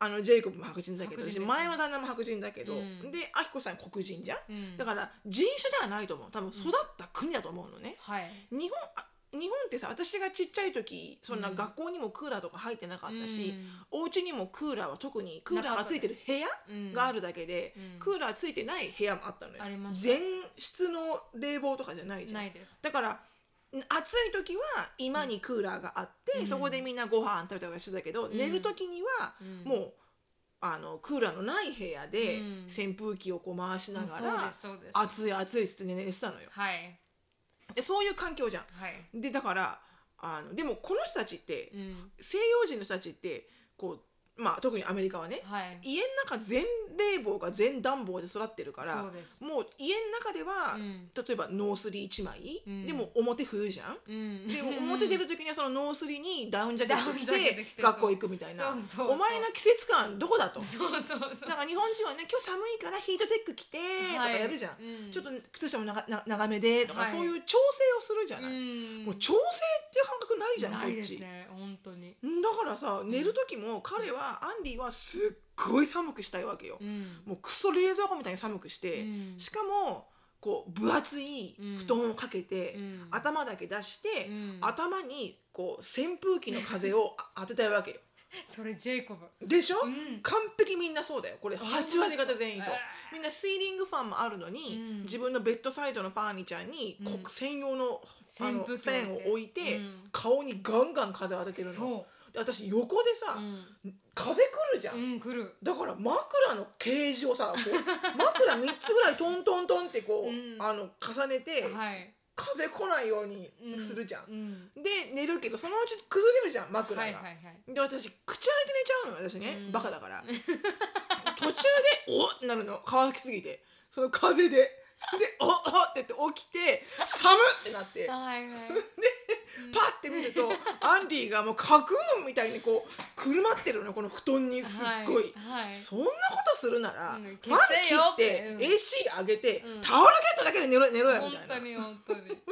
B: あのジェイコブも白人だけど
A: 白人です
B: 私
A: ね
B: 前の旦那も白人だけど、
A: うん
B: でアキコさん黒人じゃん
A: うん
B: だから人種ではないと思う多分育った国だと思うのね、
A: はい
B: 日本あ日本ってさ私がちっちゃい時そんな学校にもクーラーとか入ってなかったし、お家にもクーラーは特にクーラーがついてる部屋
A: うん
B: があるだけで、
A: うん
B: クーラーついてない部屋もあったのよ
A: ありました
B: 全室の冷房とかじゃないじゃん
A: ないです
B: だからん暑い時は今にクーラーがあって、
A: うん
B: そこでみんなご飯食べたりはしてたけど、
A: ん
B: 寝る時には
A: うん
B: もう、あのクーラーのない部屋で
A: うん
B: 扇風機をこう回しなが
A: そうで
B: ら
A: す、そうです
B: 暑い暑いっつって寝てたのよ
A: はい
B: でそういう環境じゃ
A: はい
B: んでだからあのでもこの人たちって、
A: うん
B: 西洋人の人たちってこうまあ特にアメリカはね、
A: はい
B: 家の中全冷房が全暖房で育ってるから
A: そうです
B: もう家の中では、
A: うん
B: 例えばノースリー1枚、
A: うん
B: でも表冬じゃん
A: うん
B: でも
A: [laughs]
B: 表出る時にはそのノースリーにダウンジャケット着
A: ダウンジャケッ
B: て
A: ト着て
B: 学校行くみたい
A: そう
B: な
A: そうそう
B: お前の季節感どこだ
A: [laughs]
B: と
A: そうそうそう
B: なんか日本人はね今日寒いからヒートテック着てとかやるじゃん、
A: はいうん
B: ちょっと靴下も長な長めでとか、
A: はい
B: そういう調整をするじゃ
A: う
B: ない、
A: ん
B: もう調整っていう感覚ないじゃん
A: ないで
B: こっ
A: す
B: ち、
A: ね本当に
B: だからさ寝る時も彼はアンディはすっごい寒くしたいわけよ、
A: うん
B: もうクソ冷蔵庫みたいに寒くして、
A: うん
B: しかもこう分厚い布団をかけて、
A: うん
B: 頭だけ出して、
A: うん
B: 頭にこう扇風機の風をあ当てたいわけよ
A: それジェイコブ
B: でしょ、
A: ん
B: 完璧みんなそうだよこれ
A: 本当です
B: 8割方全員そう
A: え
B: みんなスイリングファンもあるのに、
A: うん
B: 自分のベッドサイドのファーニチャーに、こ
A: うん
B: 専用のあの
A: 扇
B: フ
A: 風機を置いて
B: ェンを置いて、
A: うん
B: 顔にガンガン風を当ててるの
A: そ
B: で私横でさ、
A: うん
B: 風来るじゃん、
A: うん来る
B: だから枕のケージをさこう [laughs] 枕3つぐらいトントントンってこう、
A: うん
B: あの重ねて、
A: はい
B: 風来ないようにするじゃん、
A: うん
B: で寝るけどそのうち崩れるじゃん枕が、
A: はいはいはい
B: で私口開いて寝ちゃうのよ私ね、
A: うん
B: バカだから
A: [laughs]
B: 途中で「おっ!」なるの乾きすぎてその風でで「おっ!おっ」って言って起きて「寒っ!」ってなって
A: はいはい
B: パッて見るとアンディがもうカクーンみたいにこうくるまってるのよこの布団に [laughs] すっごい。
A: はいはい
B: そんなことするなら、
A: うん
B: ファン切っ
A: 消
B: て
A: せよ
B: AC 上げて、
A: うん
B: タオルケットだけで寝ろ寝ろよ
A: 本
B: みたいな
A: 当に本当に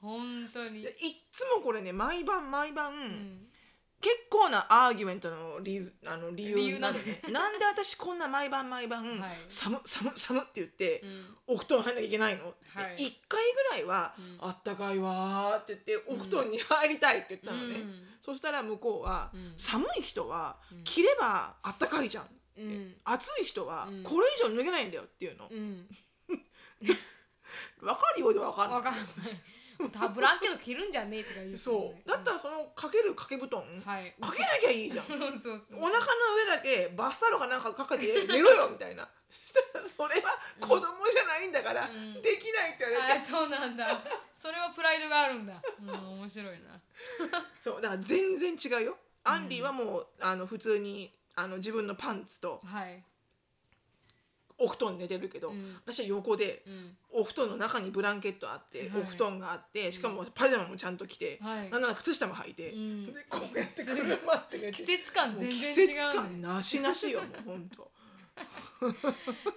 A: 本当に
B: でいっつもこれね毎晩毎晩、
A: うん
B: 結構なアーギュメントの理ずあの理
A: 理
B: 由
A: 由
B: な
A: なんん
B: で
A: だ、[laughs]
B: ね、なんで私こんな毎晩毎晩、
A: はい
B: 寒寒寒って言って、
A: うん
B: お布団入んなきゃいけないの、
A: はい
B: で一回ぐらいは、
A: うん
B: あったかいわーって言ってお布団に入りたいって言ったのね、
A: うん
B: そしたら向こうは、
A: うん
B: 寒い人は
A: うん
B: 着ればあったかいじゃん、
A: うん
B: 暑い人は、
A: うん
B: これ以上脱げないんだよっていうの、
A: うん
B: 分かるようで分かんない
A: わかんないたブランケット着るんじゃねえとか言う人も
B: そ
A: ね
B: うだったらそのかける掛け布団、
A: うんはい
B: かけなきゃいいじゃん
A: そうそうそう
B: お腹の上だけバスタオルかなんかかけて寝ろよみたいな [laughs] したらそれは子供じゃないんだから、
A: うん
B: できないって言われて、
A: あそうなんだそれはプライドがあるんだうん面白いな
B: そうだから全然違うよアンディはもう、あの普通にあの自分のパンツと
A: はい
B: お布団で寝てるけど、
A: うん
B: 私は横で
A: うん
B: お布団の中にブランケットあって、
A: はい
B: お布団があってしかもパジャマもちゃんと着て、
A: はい
B: なんなら靴下も履いて、
A: うん
B: でこうやって車って寝
A: 季
B: て
A: 節感
B: もう
A: 全
B: 季
A: 然違う
B: 節
A: ね
B: 感なしなし
A: [laughs]
B: よもうほんと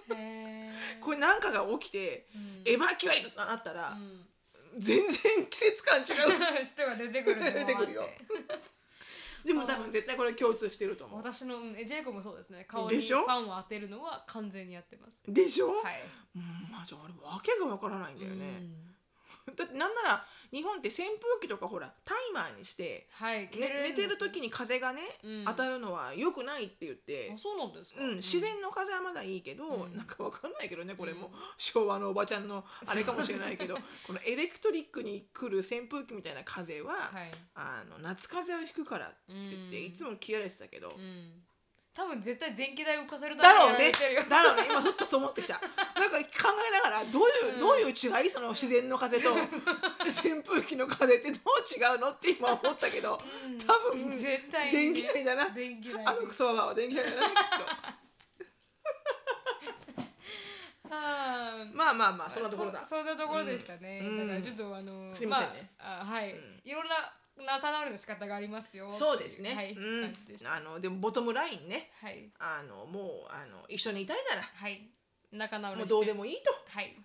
A: へー
B: [laughs] これなんかが起きて
A: うん
B: エバキュエイトとなったら、
A: うん [laughs]
B: 全然季節感違う
A: 人が出てくるね
B: [laughs] 出てくるよ
A: わーって
B: [laughs] でも多分絶対これ共通してると思う
A: 私のうんえジェイコブもそうですね顔に
B: でしょ
A: パンを当てるのは完全にやってます
B: でしょ、
A: はい
B: うんまあじゃああれわけがわからないんだよ
A: う
B: ね、
A: ん
B: だってなんなら日本って扇風機とかほらタイマーにして、
A: はい
B: ね寝てる時に風がね、
A: うん
B: 当たるのは良くないって言って
A: あ、そうなんですか
B: うん、自然の風はまだいいけど、
A: うん
B: なんかわかんないけどねこれも、
A: うん
B: 昭和のおばちゃんのあれかもしれないけどこのエレクトリックに来る扇風機みたいな風は、
A: はい
B: あの夏風邪をひくからって言って、
A: うん
B: いつも切られてたけど、
A: うん多分絶対電気代浮かせる
B: だ
A: に
B: ろう
A: やら
B: ね
A: れてるよ
B: だろうね今ふっとそう思ってきたなんか考えながらどういう、
A: うん
B: どういう違いその自然の風と扇風機の風ってどう違うのって今思ったけど
A: うん
B: [laughs] 多分
A: 絶対に
B: 電気代だな
A: 電気代
B: あのクソババアは電気代だ [laughs] なきっ
A: あー
B: とまあまあまあそんなところだ
A: そそんなところでしたね、
B: うん
A: だからちょっとあの
B: すいませんね
A: まあ、あはい、
B: ん
A: いろんな仲直りの仕方がありますよ
B: そうですね、
A: はい、
B: うん
A: 感じでした
B: あのでもボトムラインね
A: はい
B: あのもうあの一緒にいたいなら
A: はい仲直りし
B: もう
A: て
B: どうでもいいと
A: はい、う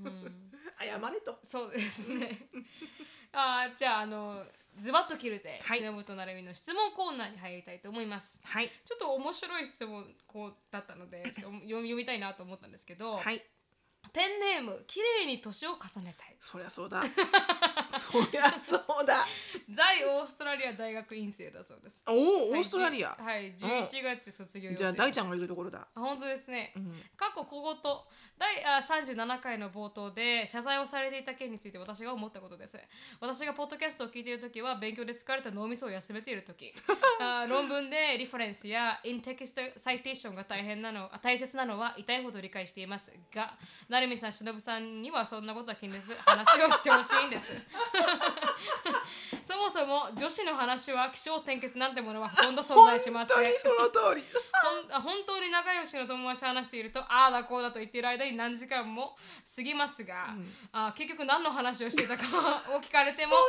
A: ん、
B: 謝れと
A: そうですね [laughs] あーじゃああのズバッと切るぜ、
B: はい
A: しのぶとなるみの質問コーナーに入りたいと思います
B: はい
A: ちょっと面白い質問こうだったので
B: [laughs]
A: ちょっと読み読みたいなと思ったんですけど、
B: はい
A: ペンネーム綺麗に年を重ねたい
B: そりゃそうだそりゃそう [laughs] だ
A: 在オーストラリア大学院生だそうです
B: おおオーストラリア、
A: はいじゅはい11月卒業予定
B: じゃあ大ちゃんがいるところだ、
A: あ本当ですね
B: うん
A: 過去小言第あ37回の冒頭で謝罪をされていた件について私が思ったことです私がポッドキャストを聞いている時は勉強で疲れた脳みそを休めている
B: [laughs]
A: 時あ論文でリファレンスやインテキストサイテーションが大変なのあ大切なのは痛いほど理解していますが成美さん忍さんにはそんなことは気にせず話をしてほしいんです
B: [laughs]
A: そもそも女子の話は気象転結なんてものはほとんど存在しません
B: 本当にその通り
A: ほんあ本当に仲良しの友達と話しているとああだこうだと言っている間に何時間も過ぎますが、あ結局何の話をして
B: [laughs]
A: いたかを聞かれてもほん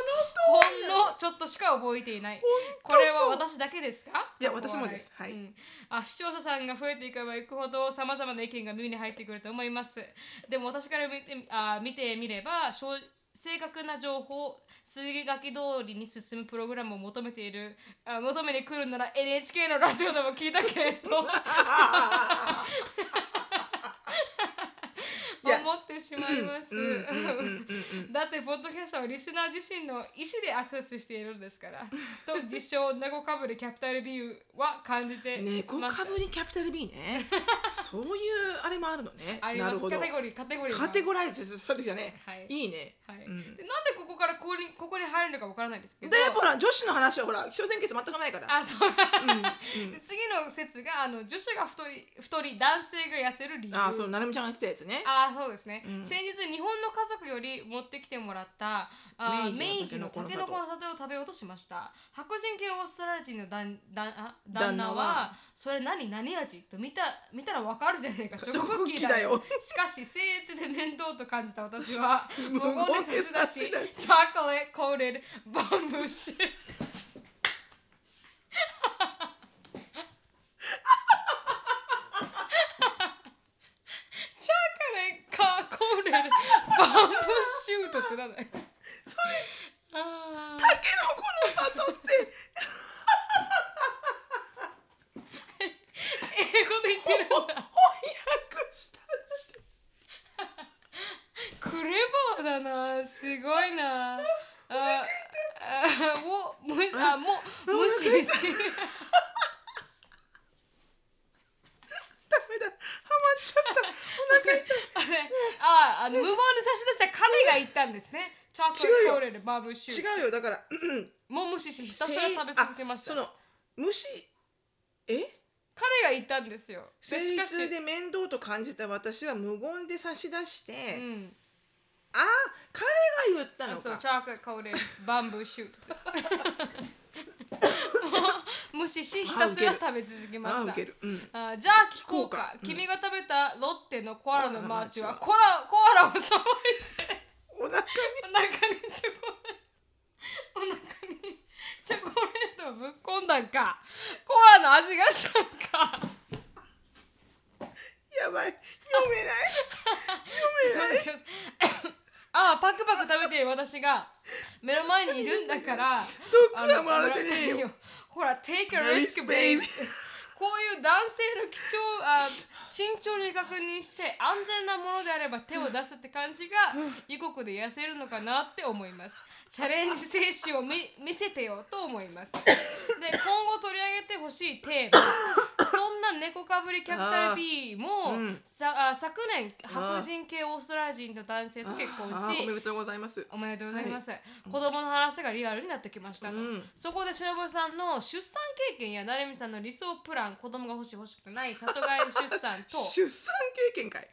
A: のちょっとしか覚えていないこ
B: 当そう
A: れは私だけですか
B: いや私もですはい
A: うんあ視聴者さんが増えていけばいくほどさまざまな意見が耳に入ってくると思いますでも私から見てあ見てみればしょう正確な情報筋書き通りに進むプログラムを求めているあ求めに来るなら NHK のラジオでも聞いたけど
B: [laughs] いや
A: 思ってしまいます、
B: うんうんうんう
A: [laughs]
B: ん
A: だってポッドキャストはリスナー自身の意思でアクセスしているんですから。と自称猫かぶりキャピタルビューは感じて
B: [laughs] うん猫
A: まし
B: か
A: た
B: ぶりキャピタル B ねそういうあれもあるのね
A: [laughs] あり
B: な
A: ま
B: る
A: す
B: ほど
A: カテゴリーカテゴリーが
B: カテゴライズされてきたね、
A: はい
B: いいね、
A: はい
B: うん
A: でなんでここからここにここに入るのかわからないですけ
B: で
A: ど
B: ほら女子の話はほら基礎前決全くないから
A: あそう
B: うんう
A: [laughs]
B: ん
A: で次の説があの女子が太り太り男性が痩せる理由
B: あそうなるみちゃんが言ってたやつね
A: あーそうですね、
B: うん
A: 先日日本の家族より持ってきてもらったあー明
B: 明
A: 治
B: 治
A: の
B: の
A: た
B: タ
A: け
B: ケ
A: の
B: ノ
A: こ
B: コ
A: の
B: の
A: 里を食べようとしました白人系オーストラリア人の旦旦あ旦那は
B: 旦那は
A: それ何何味と見た見たらわかるじゃない [laughs] かチョコクッキーだよしかし精烈で面倒と感じた私は [laughs] 無
B: 無言
A: 言で
B: で
A: 切な
B: 差
A: し
B: し
A: チョ
B: 出し
A: コレートコーテッドバンブーシェイクチョコレートコーテッドバンブーシュートってなんだよあー
B: タケノコの里って
A: 英語で言ってるんだ
B: 翻訳した
A: クレバーだなすごい
B: [laughs]
A: なああもうむあもう無視し
B: ダメだハマっちゃったお腹痛い
A: あれああの無言で差し出した彼が言ったんですねチョコレートコーレルバーブ [laughs] シュー
B: 違うよだからうん
A: もう無視しひたすら食べ続けました
B: あその無視え
A: 彼が言ったんですよ
B: 成
A: でしかし
B: 立で面倒と感じた私は無言で差し出して、
A: うん、
B: ああ彼が言った
A: あ
B: の
A: そう
B: か
A: チョコレートコーレルバンブーシュート
B: [laughs]
A: もう無視しひたすら食べ続けま
B: あ
A: し
B: 受
A: た
B: ける、うん、
A: あじゃあ聞こうか
B: 聞こうかうん
A: 君が食べたロッテのコアラのマーチはコラコアラをさばいて
B: お腹に
A: お腹にチョコレートお腹にチョコレートをぶっ込んだんかコアラの味がしたんか
B: やばい読めない読めない
A: ああパクパク食べてる私が目の前にいるんだから
B: どっからもられてねえよ
A: ほら take a risk baby こういう男性の貴重あ慎重に確認して安全なものであれば手を出すって感じが異国で痩せるのかなって思いますチャレンジ精神を見見せてよと思いますで今後取り上げてほしいテーマそんな猫かぶりキャピタル B も、
B: うん
A: さあ昨年
B: あ
A: 白人系オーストラリア人の男性と結婚
B: あーおめ
A: し
B: でとうございます
A: おめでとうございます、子供の話がリアルになってきましたと、
B: うん
A: そこでしのぶさんの出産経験やなるみさんの理想プラン子供が欲しい欲しくない里帰り出産と
B: [laughs] 出産経
A: [laughs]
B: 験会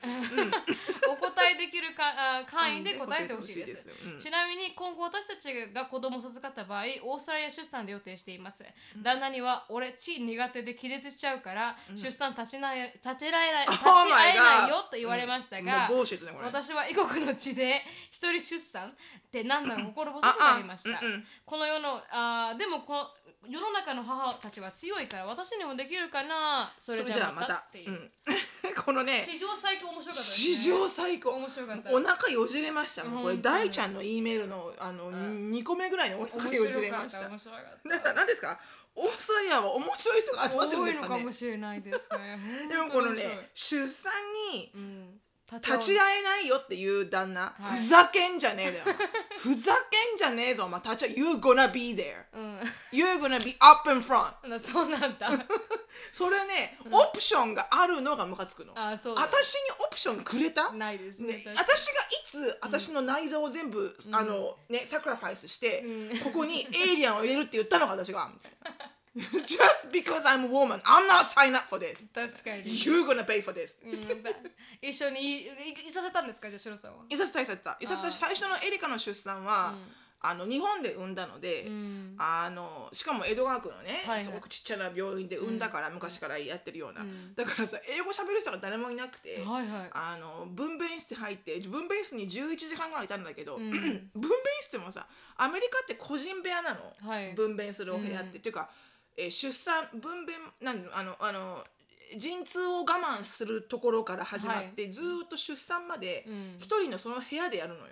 A: お答えできるかあ範囲で答えてほしいです
B: 教えてほしいです
A: ちなみに今後私たちが子供を授かった場合オーストラリア出産で予定しています、旦那には俺血苦手で気絶しちゃうから、出産立ちなえ立てられない立ち
B: [laughs] Oh my
A: 会えない
B: God
A: よと言われました
B: うん
A: が、
B: もうボーシットねこれ
A: 私は異国の地で一人出産って何だか心細くなりました、
B: ああうんうん
A: この世のあーでもこ世の中の母たちは強いから私にもできるかなそ
B: そ
A: れ
B: れ
A: じ
B: じ
A: ゃ
B: ゃ
A: あ
B: あ
A: ま
B: ま
A: た
B: た
A: っていう
B: う、ん [laughs]
A: [laughs]
B: このね
A: 史上最高面白かったですね
B: 史上最高
A: 面白かった
B: お腹よじれましたもうこれ
A: 本当に
B: 大ちゃんの E メールのあの
A: ん
B: 2個目ぐらいにお腹よ
A: 面
B: じ
A: 白
B: れ
A: か
B: ま
A: っ
B: した
A: た面白かった
B: だから何ですかオーストラリアは面白い人が集まってるん
A: 多
B: で
A: い
B: す
A: の
B: か
A: か
B: ね
A: もしれないですね
B: [laughs] でもこ
A: 本当
B: のね
A: に面白い
B: 出産に
A: うん
B: 立ち会えないよっていう旦那、
A: はい
B: ふざけんじゃねえだよふざけんじゃねえぞお前立ち会い You're gonna be there
A: うん [laughs]
B: You're gonna be up in front
A: あそうなんだ
B: それね、オプションがあるのがムカつくの
A: あそうだ
B: 私にオプションくれた、ね、
A: ないですね
B: 私がいつ私の内臓を全部、あのねサクラファイスして、
A: うん
B: ここにエイリアンを入れるって言ったのか私がみたいな [laughs] Just because I'm a woman I'm not sign up for this
A: 確かに
B: You're gonna pay for this
A: うんだ一緒にいいいさせたんですかじゃあシロさんは。
B: いさせたいさせたいさせた最初のエリカの出産は、あの日本で産んだので、
A: ん
B: あのしかも江戸川区のね、
A: はいはい
B: すごくちっちゃな病院で産んだから、昔からやってるような、
A: ん
B: だからさ英語喋る人が誰もいなくて、
A: はいはい
B: あの分娩室入って分娩室に11時間ぐらいいたんだけど、
A: うん
B: 分娩室もさアメリカって個人部屋なの、
A: はい
B: 分娩するお部屋って、
A: うん
B: っていうか、えー出産分娩何あのあの陣痛を我慢するところから始まって、ずーっと出産まで
A: うん
B: 一、人のその部屋でやるのよ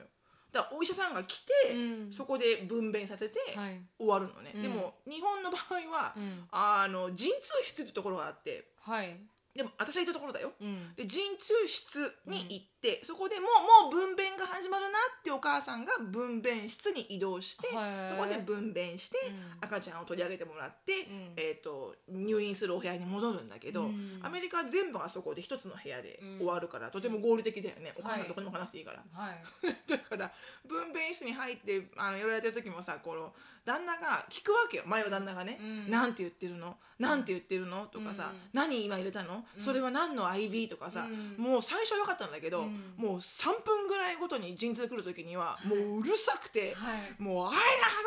B: だからお医者さんが来て、
A: うん
B: そこで分娩させて
A: はい
B: 終わるのね、
A: うん
B: でも日本の場合は、
A: うん
B: あの陣痛室っていうところがあって
A: はい
B: でも私が行ったところだよ
A: うん
B: で陣痛室に行っってそこでもうもう分娩が始まるなってお母さんが分娩室に移動して
A: はい
B: そこで分娩して
A: うん
B: 赤ちゃんを取り上げてもらって、
A: ん
B: えー、と入院するお部屋に戻るんだけ
A: う
B: ど、
A: ん
B: アメリカは全部あそこで一つの部屋で
A: うん
B: 終わるから、とても合理的だよねお母さ
A: は
B: ん
A: い
B: どこにも行かなくていいから。 [laughs]
A: はい
B: だから分娩室に入ってあのやられてる時もさこの旦那が聞くわけよ前の旦那がね、
A: うん
B: なんて言ってるのなんて言ってるの?」とかさ、
A: うん
B: 何今入れたの、
A: うん
B: それは何の IB?」とかさ、
A: うん
B: もう最初は分かったんだけど、
A: うん
B: もう3分ぐらいごとに陣痛来る時にはもううるさくて「
A: はい
B: もう I don't have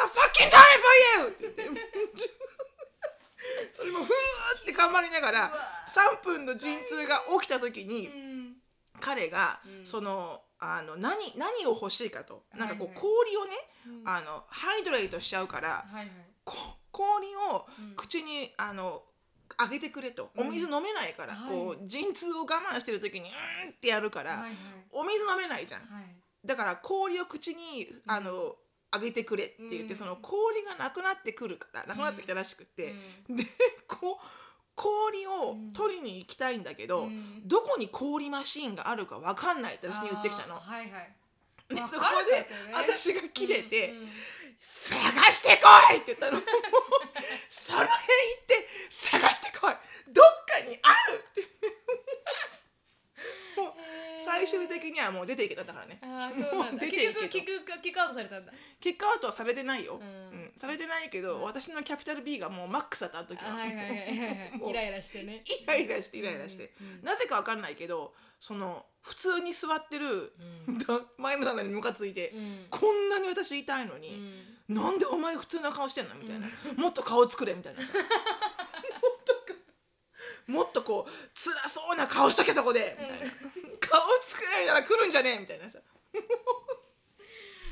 B: a fucking time for you!」って言って。それもふーって頑張りながら
A: うわ
B: 3分の陣痛が起きた時に、
A: うん
B: 彼が、
A: うん
B: そのあの何何を欲しいかとなんかこう、
A: はいはい
B: 氷をね
A: うん
B: あのハイドレートしちゃうから
A: はいはい
B: こ氷を
A: うん
B: 口に、あのあげてくれとお水飲めないから、
A: はい
B: こう陣痛を我慢してる時にうんってやるから、
A: はいはい
B: お水飲めないじゃん
A: はい
B: だから氷を口にあの、あげてくれって言っ
A: う
B: て、
A: ん
B: その氷がなくなってくるからなくなってきたらしくて、でこ氷を取りに行きたいんだけど、
A: うんうん
B: どこに氷マシーンがあるかわかんないって私に言ってきたの
A: あー。はいはい
B: で
A: わ
B: そこ
A: かる
B: で
A: んだよね
B: 私が切れて「
A: うんうん
B: 探してこい!」って言ったの。もうその辺行って探してこいどっかにあるってもう最終的にはもう出ていけたんだからね
A: ああそうなん
B: もう
A: だ
B: 出てい
A: 結
B: けと
A: 局結局キックアウトされたんだ
B: 結果アウトはされてないよ、
A: うん
B: うんされてないけど、私のキャピタル B がもうマックスだった時
A: あはいはいはいはい
B: もう
A: イライラしてね
B: [laughs] イライラしてイライラして、
A: うんうん
B: なぜかわかんないけどその普通に座って
A: う
B: る、[laughs] 前の旦那にムカついて、
A: うん
B: こんなに私痛いのに、
A: うん
B: なんでお前普通な顔してんのみたいな、もっと顔作れみたい
A: [laughs]
B: なさもっとこう辛そうな顔しとけそこでみたいな、顔作れなら来るんじゃねえみたいなさ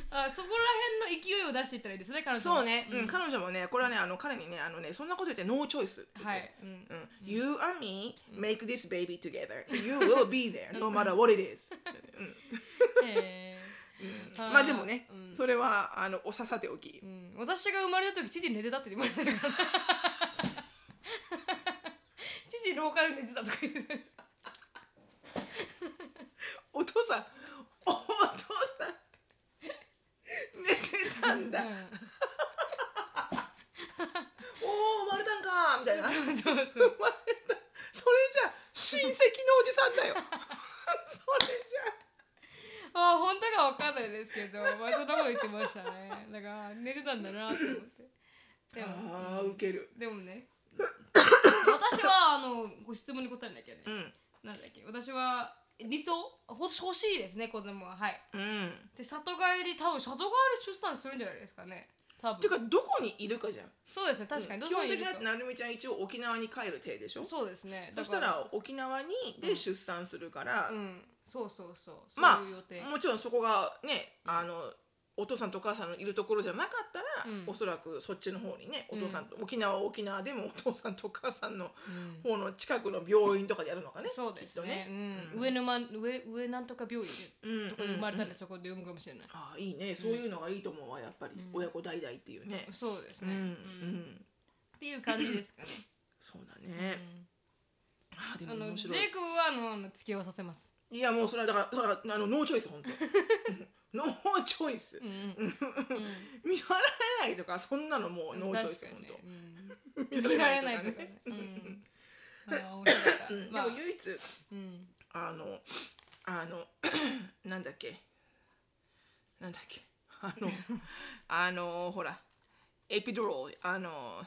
A: あそこら辺の勢いを出していったらいいですね彼女も
B: そうね、うん
A: ん
B: 彼女もねこれはねあの彼にねあのねそんなこと言ってノーチョイスって言っ
A: [laughs]
B: て
A: はいうん
B: うん、You and me make this baby together. You will be there no matter what it is.
A: へ
B: う
A: ー
B: ん
A: ー
B: まあでもね、
A: うん
B: それはあのおささておき
A: う。ん私が生まれた時父寝てたって言いましたから [laughs] 父廊下で寝てたとか言ってた
B: お父さん、お父さん寝てたんだ。おお生まれたんかみたいな。生
A: うんそうそうそう
B: まれた。それじゃ親戚のおじさん [laughs] だよ。それじゃ。
A: ああ本当かわかんないですけど、まあ、そんなこと言ってましたねだから寝てたんだなって思ってでも
B: ああウケる。
A: でもね私はあのご質問に答えなきゃね、
B: うん
A: なんだっけ私は理想ほし欲しいですね子供ははい
B: うん。
A: で里帰り多分里帰り出産するんじゃないですかね多
B: てか
A: 分
B: どこにいるかじゃん。
A: そうですね確かにど
B: 基
A: こ
B: 本
A: にい
B: 的
A: るか
B: にだってなるみちゃん一応沖縄に帰る体でしょ。
A: そうですね
B: そした
A: だから
B: 沖縄にで出産するから、
A: うんそうそうそう
B: まあ
A: そういう予定、
B: もちろんそこがね、あのお父さんとお母さんのいるところじゃなかったら、
A: うん
B: おそらくそっちの方にねお
A: うん
B: 父さんと、沖縄は沖縄でもお父さんとお母さんの
A: うん
B: 方の近くの病院とかでやるのかね。
A: そうです
B: きっと
A: ねうん、
B: うん
A: 上沼上上なんとか病院
B: うん
A: でとか生まれたんで、
B: うん
A: そこで産むかもしれない、
B: ああいいねそういうのがいいと思うわやっぱり、
A: うん
B: 親子代々っていうね。
A: そうです
B: うん
A: ね、
B: う
A: うん
B: ん
A: っていう感じですかね、
B: そうだね。ああで
A: うん
B: も
A: あの
B: 面
A: ジェイ
B: 白い。
A: クはあのあの付き合わさせます、
B: いやもうそれはだからだからあのノーチョイス本当。 [laughs] ノーチョイス
A: うん。うんうん
B: 見られないとかそんなのもうノーチョイス
A: 確か
B: 本
A: に
B: 当。
A: ねうん、見られないとかね。
B: [laughs]
A: うん、ああ面白かった
B: うん。
A: まあ
B: でも唯一
A: うん、
B: あのあの [clears throat] なんだっけなんだっけあ
A: [laughs]
B: のあのほらエピドロールあの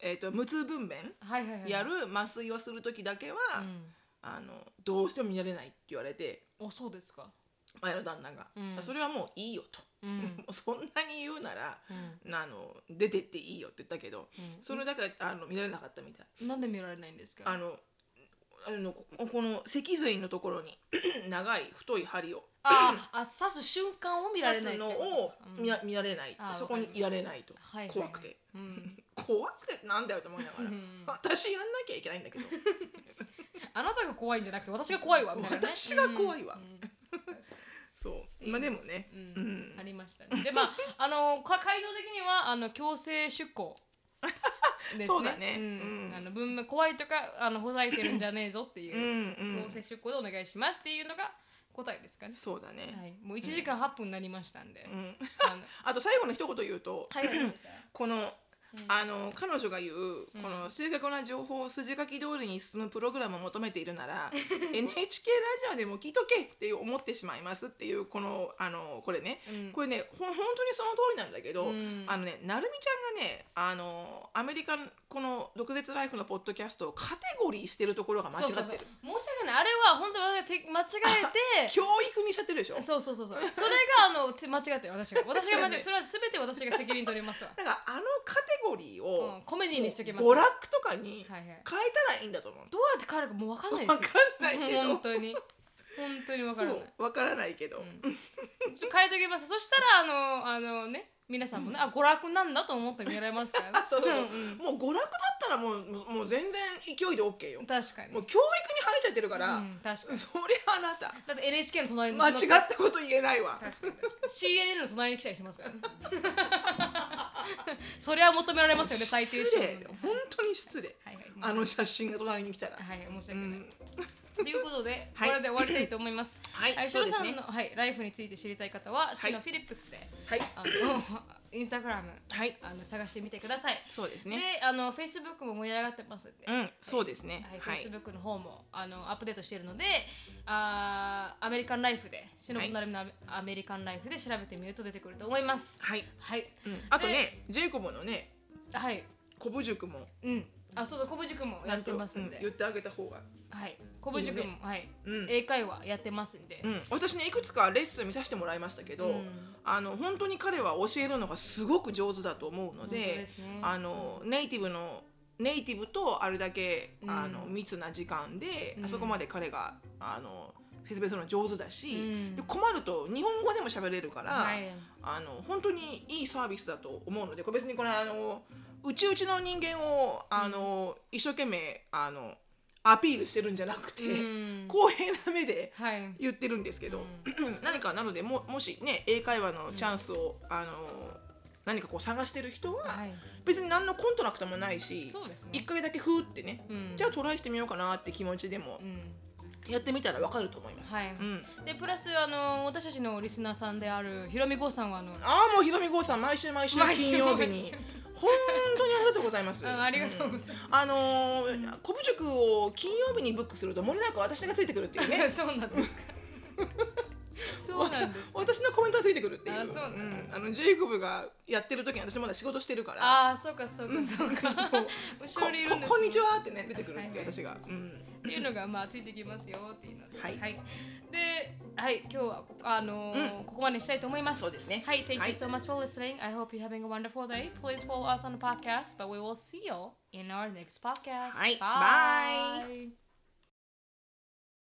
B: えっ、と無痛分娩
A: はいはいはい。
B: やる麻酔をする時だけは、
A: う
B: あのどうしても見られないって言われて
A: ん。あそうですか。
B: 前の旦那が、
A: うん
B: それはもういいよと、
A: うん。
B: もうそんなに言うなら
A: うん
B: あの出てっていいよって言ったけど、
A: うん
B: それだけあの見られなかったみたい。
A: なんで見られないんですか。
B: あのあのここの脊髄のところに [clears throat] 長い太い針を
A: ああ刺す瞬間を見られない
B: 刺
A: っ
B: す
A: てこ
B: の
A: とか
B: を
A: うん
B: 見,、見られない
A: あー
B: そこにいられないと、
A: はいはいはい
B: 怖くて
A: うん、
B: 怖くてってなんだよと思いながら
A: うん
B: 私やんなきゃいけないんだけど
A: あなたが怖いんじゃなくて私が怖いわみたいな、ね、
B: 私が怖いわ
A: うんうん
B: そうまあでもね、
A: うんありましたね。でまあ [laughs] あのか回答的にはあの強制出向ですね。
B: [laughs] そうだね
A: うん
B: うん
A: あの文明怖いとかあのほざいてるんじゃねえぞって
B: うんう
A: いう、
B: ん
A: 強制出向でお願いしますっていうのが答えですかね。
B: そうだね、
A: はい、もう1時間8分になりましたんで。
B: うん、
A: あの
B: あと最後の一言言うと、
A: はい、わかりました
B: [laughs] この
A: うん
B: あの彼女が言うこの正確な情報を筋書き通りに進むプログラムを求めている
A: [laughs]
B: なら NHK ラジオでも聞いとけって思ってしまいますっていうこのあのこれね
A: うん
B: これねほん本当にその通りなんだけど、
A: うん
B: あのねなるみちゃんがねあのアメリカのこの「毒舌ライフ」のポッドキャストをカテゴリーしてるところが間違って
A: そう
B: る
A: そうそう申し訳ないあれは本当私が
B: [laughs]
A: て間違えて
B: 教育にしちゃってるでしょ
A: そうそうそうそうそれがあのて間違ってる私が私が
B: [laughs]
A: 間違えそれは全て私が責任取りますわ、
B: だからあのカテゴリー
A: う
B: を
A: ん、コメディにしときます
B: 娯楽とかに
A: はいはい
B: 変えたらいいんだと思う
A: どうやって帰るかもう分かんないです
B: わ
A: よ
B: かんないけど
A: 本当に本当に分からない
B: そうわからないけど、
A: うんちょっと変えときますそしたらあのあのね皆さんもね、あ娯楽なんだと思って見られますからね
B: [laughs] そうそうそう
A: うん
B: もう娯楽だったらもうもうもう全然勢いで OK よ
A: うん確かに
B: もう教育に入っちゃってるから、
A: うん、確かに
B: そりゃあなた
A: だって NHK の隣に
B: 間違ったこと言えないわ
A: 確かに確かに CNN の隣に来たりしますからね [laughs] それは求められますよね最低
B: 失
A: 限
B: 礼
A: の
B: 本当に失礼
A: はいはい
B: あの写真が隣に来たら、
A: はい申し訳
B: う
A: ない、
B: ん、
A: ということで、
B: はい
A: これで終わりたいと思います。
B: はい
A: はい、
B: そ
A: 白
B: うで
A: さ
B: す
A: んの、
B: ね
A: はい、ライフについて知りたい方は、シのフィリップスで、
B: はい
A: あの [laughs] インスタグラム
B: はい
A: あの探してみてください。
B: そうですね
A: で、あのフェイスブックも盛り上がってますんで、
B: うんそうですね
A: はい、フ
B: は
A: ェイス
B: い
A: ブックの方もあのアップデートしているので、あーアメリカンライフで、シの
B: は
A: フ
B: い
A: なるみのアメリカンライフで調べてみると出てくると思います。
B: はい、
A: はい、
B: うん、あとねジェイコブのね
A: はい、
B: コブ塾も
A: うん、あ、そうそう、コブ塾もやってますん
B: う
A: で
B: ん、言ってあげた方が
A: はい、コブ塾も
B: いい
A: はい、
B: うん
A: 英会話やってますんで
B: う、ん、私ねいくつかレッスン見させてもらいましたけど、
A: うん
B: あの本当に彼は教えるのがすごく上手だと思うので
A: 本当ですね
B: あのネイティブのネイティブとあれだけ、
A: うん
B: あの密な時間で、
A: うん
B: あそこまで彼があの説明するの上手だし、
A: うん
B: で困ると日本語でも喋れるから、
A: はい、
B: あの本当にいいサービスだと思うのでこれ別にこれあのうちうちの人間をあの、一生懸命あのアピールしてるんじゃなくて、
A: うん
B: 公平な目で。
A: はい、
B: 言ってるんですけど、 [clears throat] 何かなのでももしね英会話のチャンスを、あの何かこう探してる人は
A: はい、
B: 別に何のコントラクトもないし
A: そうです
B: 一
A: ね。
B: 回だけふーってね、
A: うん
B: じゃあトライしてみようかなって気持ちでも
A: うん、
B: やってみたらわかると思います。
A: はい
B: うん、
A: でプラスあの私たちのリスナーさんであるひろみごさんはあの
B: ああもうひろみごうさん毎週毎週
A: 毎週
B: 金曜日
A: 毎
B: に
A: 週
B: 本当にありがとうございます。
A: あありがとうございます。
B: んあのー、コブ塾を金曜日にブックするともれなく私がついてくるっていうね
A: そうなんです
B: [laughs]
A: か。 [laughs] そうなんです。
B: 私のコメントがついてくるっていう
A: あそうなんです
B: んあのジェイコブがやってる時に私まだ仕事してるから
A: ああ、そうかそうかそうか。
B: そう
A: 後ろにいるん
B: こ
A: です。
B: ここんにち。はってね出てくるっていう
A: はいはい
B: 私が、うん、
A: っていうのがまあついてきますよっていうので。
B: はい
A: で、はい、今日はあのーここまでにしたいと思います。
B: そうですね
A: はい、Thank
B: は
A: you
B: い
A: so much for listening. I hope you're having a wonderful day. Please follow us on the podcast, but we will see you in our next podcast.
B: はい
A: Bye.